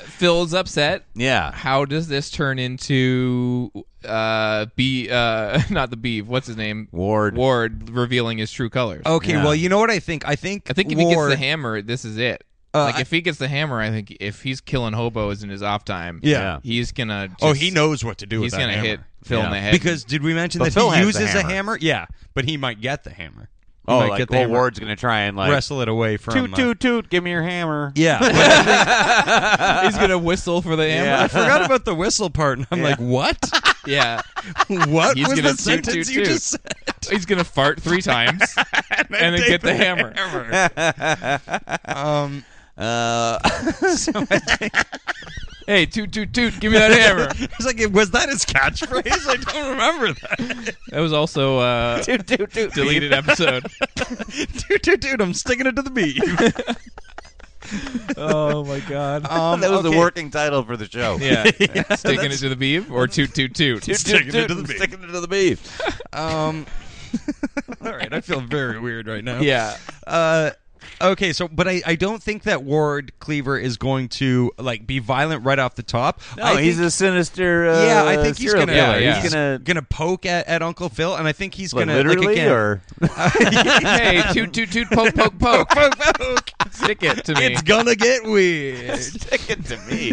Phil's upset. yeah. How does this turn into uh be uh not the beef, what's his name? Ward. Ward revealing his true colors. Okay, well, you know what I think. I think I think if he gets Ward, the hammer, this is it. like if he gets the hammer, I think if he's killing hobos in his off time, Yeah. he's gonna. Just, oh, he knows what to do. He's with that gonna hammer. hit Phil in Yeah. the head because did we mention But that Phil he has the uses a hammer. hammer? Yeah, but he might get the hammer. He Oh, might like get the well, hammer, Ward's gonna try and like wrestle it away from toot uh, toot toot. Give me your hammer. Yeah, but I think- he's gonna whistle for the I hammer. forgot about the whistle part, and I'm like, what? Yeah, What He's was gonna the toot, sentence toot, you toot. just said? he's gonna fart three times and then, take get the the hammer. um, Uh, Hey, toot toot toot! Give me that hammer. It's like, was that his catchphrase? I don't remember that. That was also uh, Dude, dude, dude. deleted episode. dude, dude, dude, I'm sticking it to the beat. oh my god. Um, that was the okay. working title for the show. Yeah, sticking it to the beef or toot toot toot. Sticking it to the beef. Sticking it to the beef. Um, all right, I feel very weird right now. Yeah. Uh, okay, so but I, I don't think that Ward Cleaver is going to like be violent right off the top. No, I Oh, he's think- a sinister. Uh, yeah, I think he's serial gonna killer. yeah, He's he's gonna. gonna poke at, at Uncle Phil, and I think he's what, gonna literally like, again, or Hey, toot toot toot! Poke poke poke! poke, poke. Stick it to me. It's gonna get weird. stick it to me.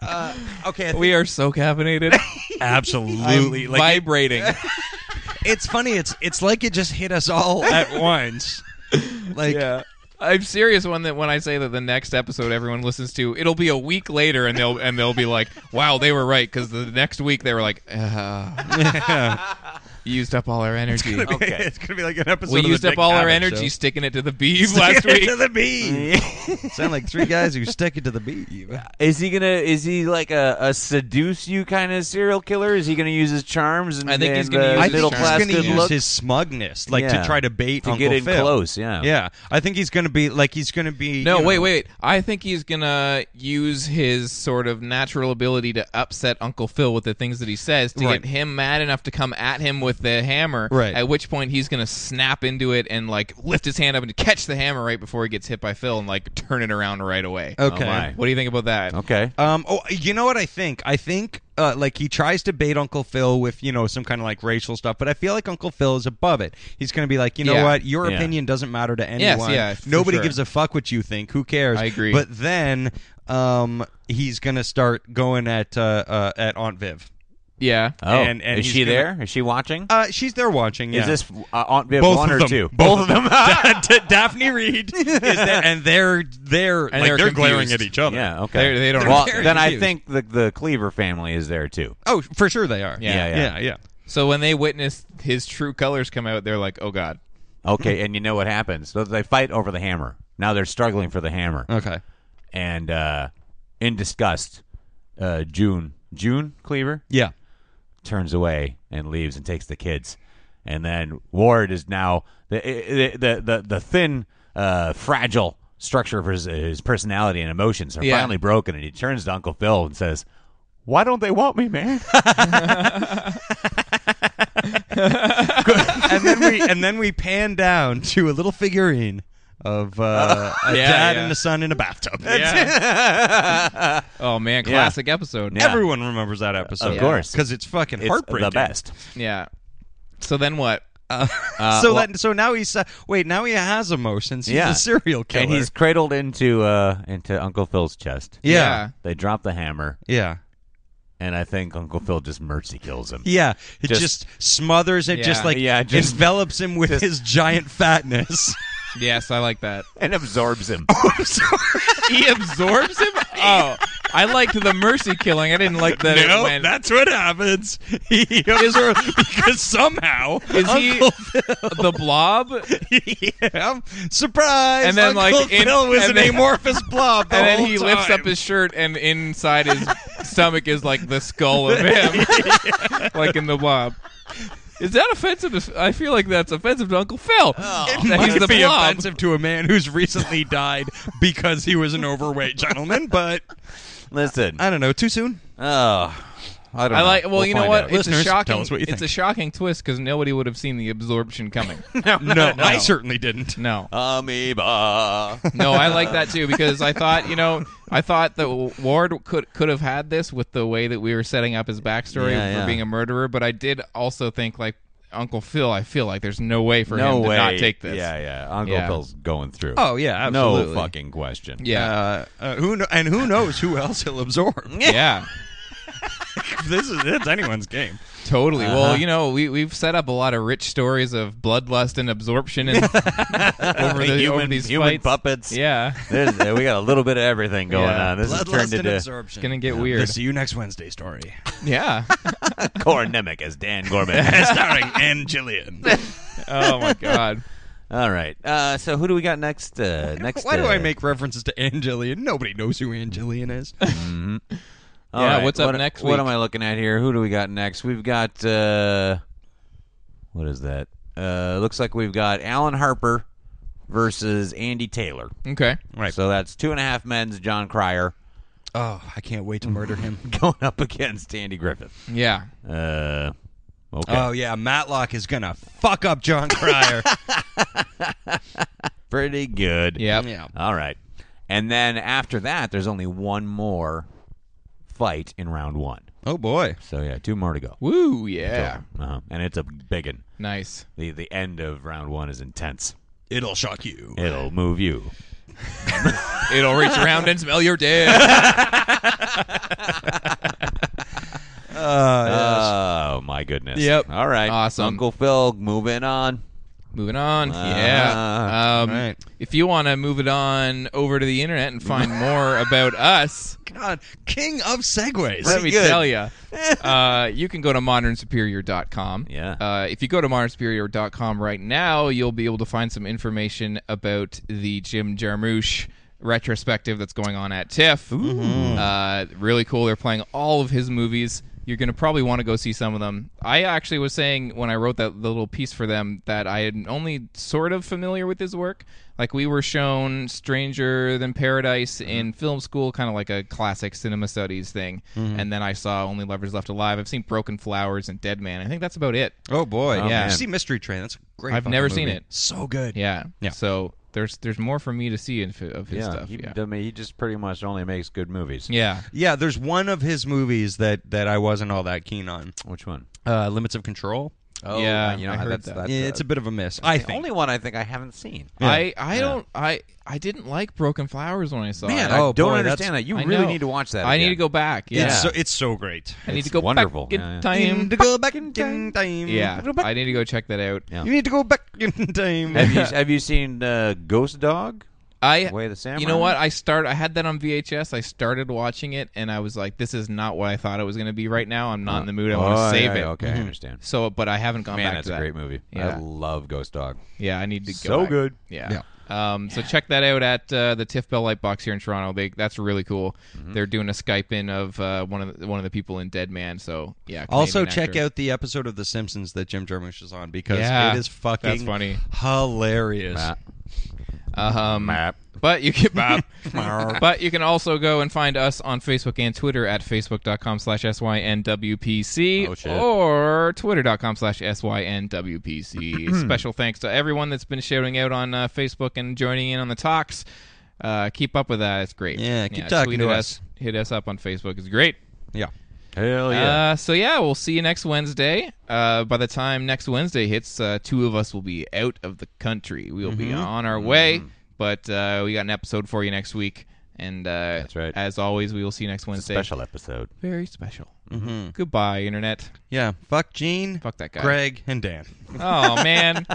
Uh, okay, I think we are so caffeinated. absolutely like vibrating. it's funny. It's it's like it just hit us all at once. Like yeah. I'm serious when that when I say that the next episode everyone listens to, it'll be a week later and they'll and they'll be like, "Wow, they were right" because the next week they were like, "Ah, "Used up all our energy. Okay. it's gonna be like an episode. We of the used up Dick all our Cavett energy Show. sticking it to the beef last Stick it week." to the beat. Mm, Sound like three guys who stick it to the beat. Is he gonna? Is he like a, a seduce you kind of serial killer? Is he gonna use his charms and I think and he's gonna the use I his middle think he's charms. class going to good use looks? his smugness, like Yeah. to try to bait To Uncle get in Phil. close, yeah. yeah. I think he's going to be like he's going to be. No, you wait, know- wait. I think he's gonna use his sort of natural ability to upset Uncle Phil with the things that he says to Right. get him mad enough to come at him with the hammer. Right. At which point he's gonna snap into it and like lift his hand up and catch the hammer right before he gets hit by Phil and like turn it around right away. Oh Okay. my. What do you think about that? Okay. Um, oh, you know what I think? I think uh, like he tries to bait Uncle Phil with you know some kind of like racial stuff, but I feel like Uncle Phil is above it. He's going to be like, you know Yeah. what? Your Yeah. opinion doesn't matter to Yes, anyone. yeah, for Nobody sure. gives a fuck what you think. Who cares? I agree. But then, um, he's going to start going at uh, uh, at Aunt Viv. Yeah. Oh, and- and is he's she gonna- there? Is she watching? Uh, she's there watching. Is yeah. this uh, Aunt Viv Both one of or them. two? Both of them. Da- Da- Daphne Reed is there, and they're they're like they're they're, glaring confused. at each other. yeah. Okay. They- they don't Well, care. then I Confused. think the the Cleaver family is there too. Oh, for sure they are. Yeah. yeah, Yeah, yeah. So when they witness his true colors come out, they're like, "Oh God." Okay, and you know what happens? So they fight over the hammer. Now they're struggling for the hammer, Okay. and uh, in disgust, uh, June June Cleaver Yeah. turns away and leaves and takes the kids. And then Ward is now the the the, the, the thin, uh, fragile structure of his, his personality and emotions are Yeah. finally broken, and he turns to Uncle Phil and says, "Why don't they want me, man?" and then we and then we pan down to a little figurine of uh, a Yeah, dad yeah. and a son in a bathtub. Yeah. oh man, classic episode. Yeah. Everyone remembers that episode, Of course. because it's fucking It's heartbreaking. the best. Yeah. So then what? Uh, so well- that so now he's uh, wait now he has emotions. He's Yeah. a serial killer. And he's cradled into uh, into Uncle Phil's chest. yeah They drop the hammer, yeah and I think Uncle Phil just mercy kills him. yeah. It Just- just, smothers it. Yeah. Just like Yeah, just- envelops him with his giant fatness. Yeah. Yes, I like that. And absorbs him. he absorbs him. Oh, I liked the mercy killing. I didn't like that. it no, went- that's what happens. He absorbs because somehow is he Uncle the blob? yeah, surprise! And then, Uncle like, in- Phil was and an then- amorphous blob, the And then whole he lifts time. up his shirt, and inside his stomach is like the skull of him, like in the blob. Is that offensive? to- I feel like that's offensive to Uncle Phil. It that might he's the be blob. offensive to a man who's recently died because he was an overweight gentleman, but Listen. I don't know. Too soon? oh, I don't I know. like. Well, We'll you know find what? out. It's a Listeners, tell shocking. us what you it's think. a shocking twist because nobody would have seen the absorption coming. No, I certainly didn't. no. Amoeba. No, I like that too because I thought, you know, I thought that Ward could could have had this with the way that we were setting up his backstory Yeah, for yeah. being a murderer, but I did also think like Uncle Phil, I feel like there's no way for no him way. to not take this. Yeah, yeah. Uncle Yeah. Phil's going through. Oh, yeah, absolutely. No fucking question. Yeah. Uh, uh, who kn- and who knows who else he'll absorb? yeah. this is it's anyone's game. Totally. Uh-huh. Well, you know, we we've set up a lot of rich stories of bloodlust and absorption and over, the, human, over these human fights. puppets. Yeah. There's- there- we got a little bit of everything going Yeah. on. This has Bloodlust turned and into absorption. Gonna get The weird. see you next Wednesday story, Yeah. Cornemic as Dan Gorman. starring Anne Gillian. Oh my god. All right. Uh, so who do we got next? Uh, next. Why do uh, I make references to Angelian? Nobody knows who Angelian is. all Yeah, what's up what, next What week? am I looking at here? Who do we got next? We've got. Uh, what is that? Uh, looks like we've got Alan Harper versus Andy Taylor. Okay. Right. So that's two and a half men's John Cryer oh, I can't wait to murder him. going up against Andy Griffith. Yeah. Uh, okay. Oh yeah, Matlock is gonna fuck up John Cryer. Pretty good. Yep. yeah. All right. And then after that, there's only one more fight in round one. Oh boy. So yeah, two more to go. Woo. Yeah. Uh-huh. And it's a big one. Nice. The the end of round one is intense. It'll shock you. It'll move you. It'll reach around and smell your dick. Oh my goodness. Yep. All right. Awesome. Uncle Phil, moving on. Moving on. Uh-huh. yeah. Um, right. If you want to move it on over to the internet and find more about us, God, king of segues. let me tell you, uh, you can go to modernsuperior.com. Yeah. Uh, if you go to modernsuperior.com right now, you'll be able to find some information about the Jim Jarmusch retrospective that's going on at TIFF. Uh, really cool. They're playing all of his movies. You're going to probably want to go see some of them. I actually was saying when I wrote that little piece for them that I had only sort of familiar with his work. Like we were shown Stranger Than Paradise in film school, kind of like a classic cinema studies thing. And then I saw Only Lovers Left Alive. I've seen Broken Flowers and Dead Man. I think that's about it. Oh boy. Yeah. You see Mystery Train. That's a great. I've fucking never seen movie. it. So good. Yeah. Yeah. So there's there's more for me to see in, of his stuff. He, Yeah. I mean, he just pretty much only makes good movies. Yeah. Yeah, there's one of his movies that that I wasn't all that keen on. Which one? Uh, Limits of Control. Oh, Yeah, you know I heard that's, that. that's Yeah, it's a bit of a miss. I the think. only one I think I haven't seen. I I don't I I didn't like Broken Flowers when I saw Man, it. I- Oh, Don't boy, understand that. You I really know. need to watch that. I need again. to go back. Yeah. It's so it's so great. I need it's to go wonderful. back in Yeah, yeah. time. to go back in time. Yeah. I need to go check that out. Yeah. You need to go back in time. Have you have you seen uh, Ghost Dog? I Way of the Samurai. You know what? I start I had that on VHS. I started watching it and I was like this is not what I thought it was going to be right now. I'm not in the mood. I want to Oh, save yeah, it. yeah, Okay, I understand. So but I haven't gone Man, back that's to a that. great movie. Yeah. I love Ghost Dog. Yeah, I need to go. So back. good. Yeah. Um, so check that out at uh, the Tiff Bell Lightbox here in Toronto. They that's really cool. Mm-hmm. They're doing a Skype in of uh, one of the, one of the people in Dead Man. So yeah. Also, Canadian check actor. out the episode of The Simpsons that Jim Jarmusch is on because Yeah, it is fucking that's funny. hilarious. Um, but you can but you can also go and find us on Facebook and Twitter at facebook.com slash synwpc Oh, shit. or twitter.com slash synwpc. Special thanks to everyone that's been shouting out on uh, Facebook and joining in on the talks. Uh, keep up with that; it's great. Yeah, keep talking tweet to at us. Hit us up on Facebook; it's great. Yeah. Hell yeah. Uh, so yeah, we'll see you next Wednesday. Uh, by the time next Wednesday hits, uh, two of us will be out of the country. We'll be on our way, but uh, we got an episode for you next week. And uh, that's right. As always, we will see you next Wednesday. Special episode. very special. Goodbye, internet. Yeah. Fuck Gene. Fuck that guy. Greg and Dan. Oh man,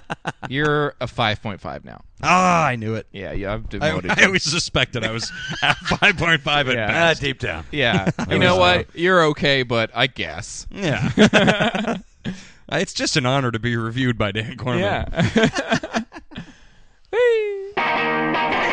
you're a five point five now. Ah, I knew it. Yeah, you have I, demoted. I you. always suspected I was at 5.5 at Yeah. best. deep down. yeah, you know what? You're okay, but I guess. Yeah. Uh, it's just an honor to be reviewed by Dan Corman. Whee!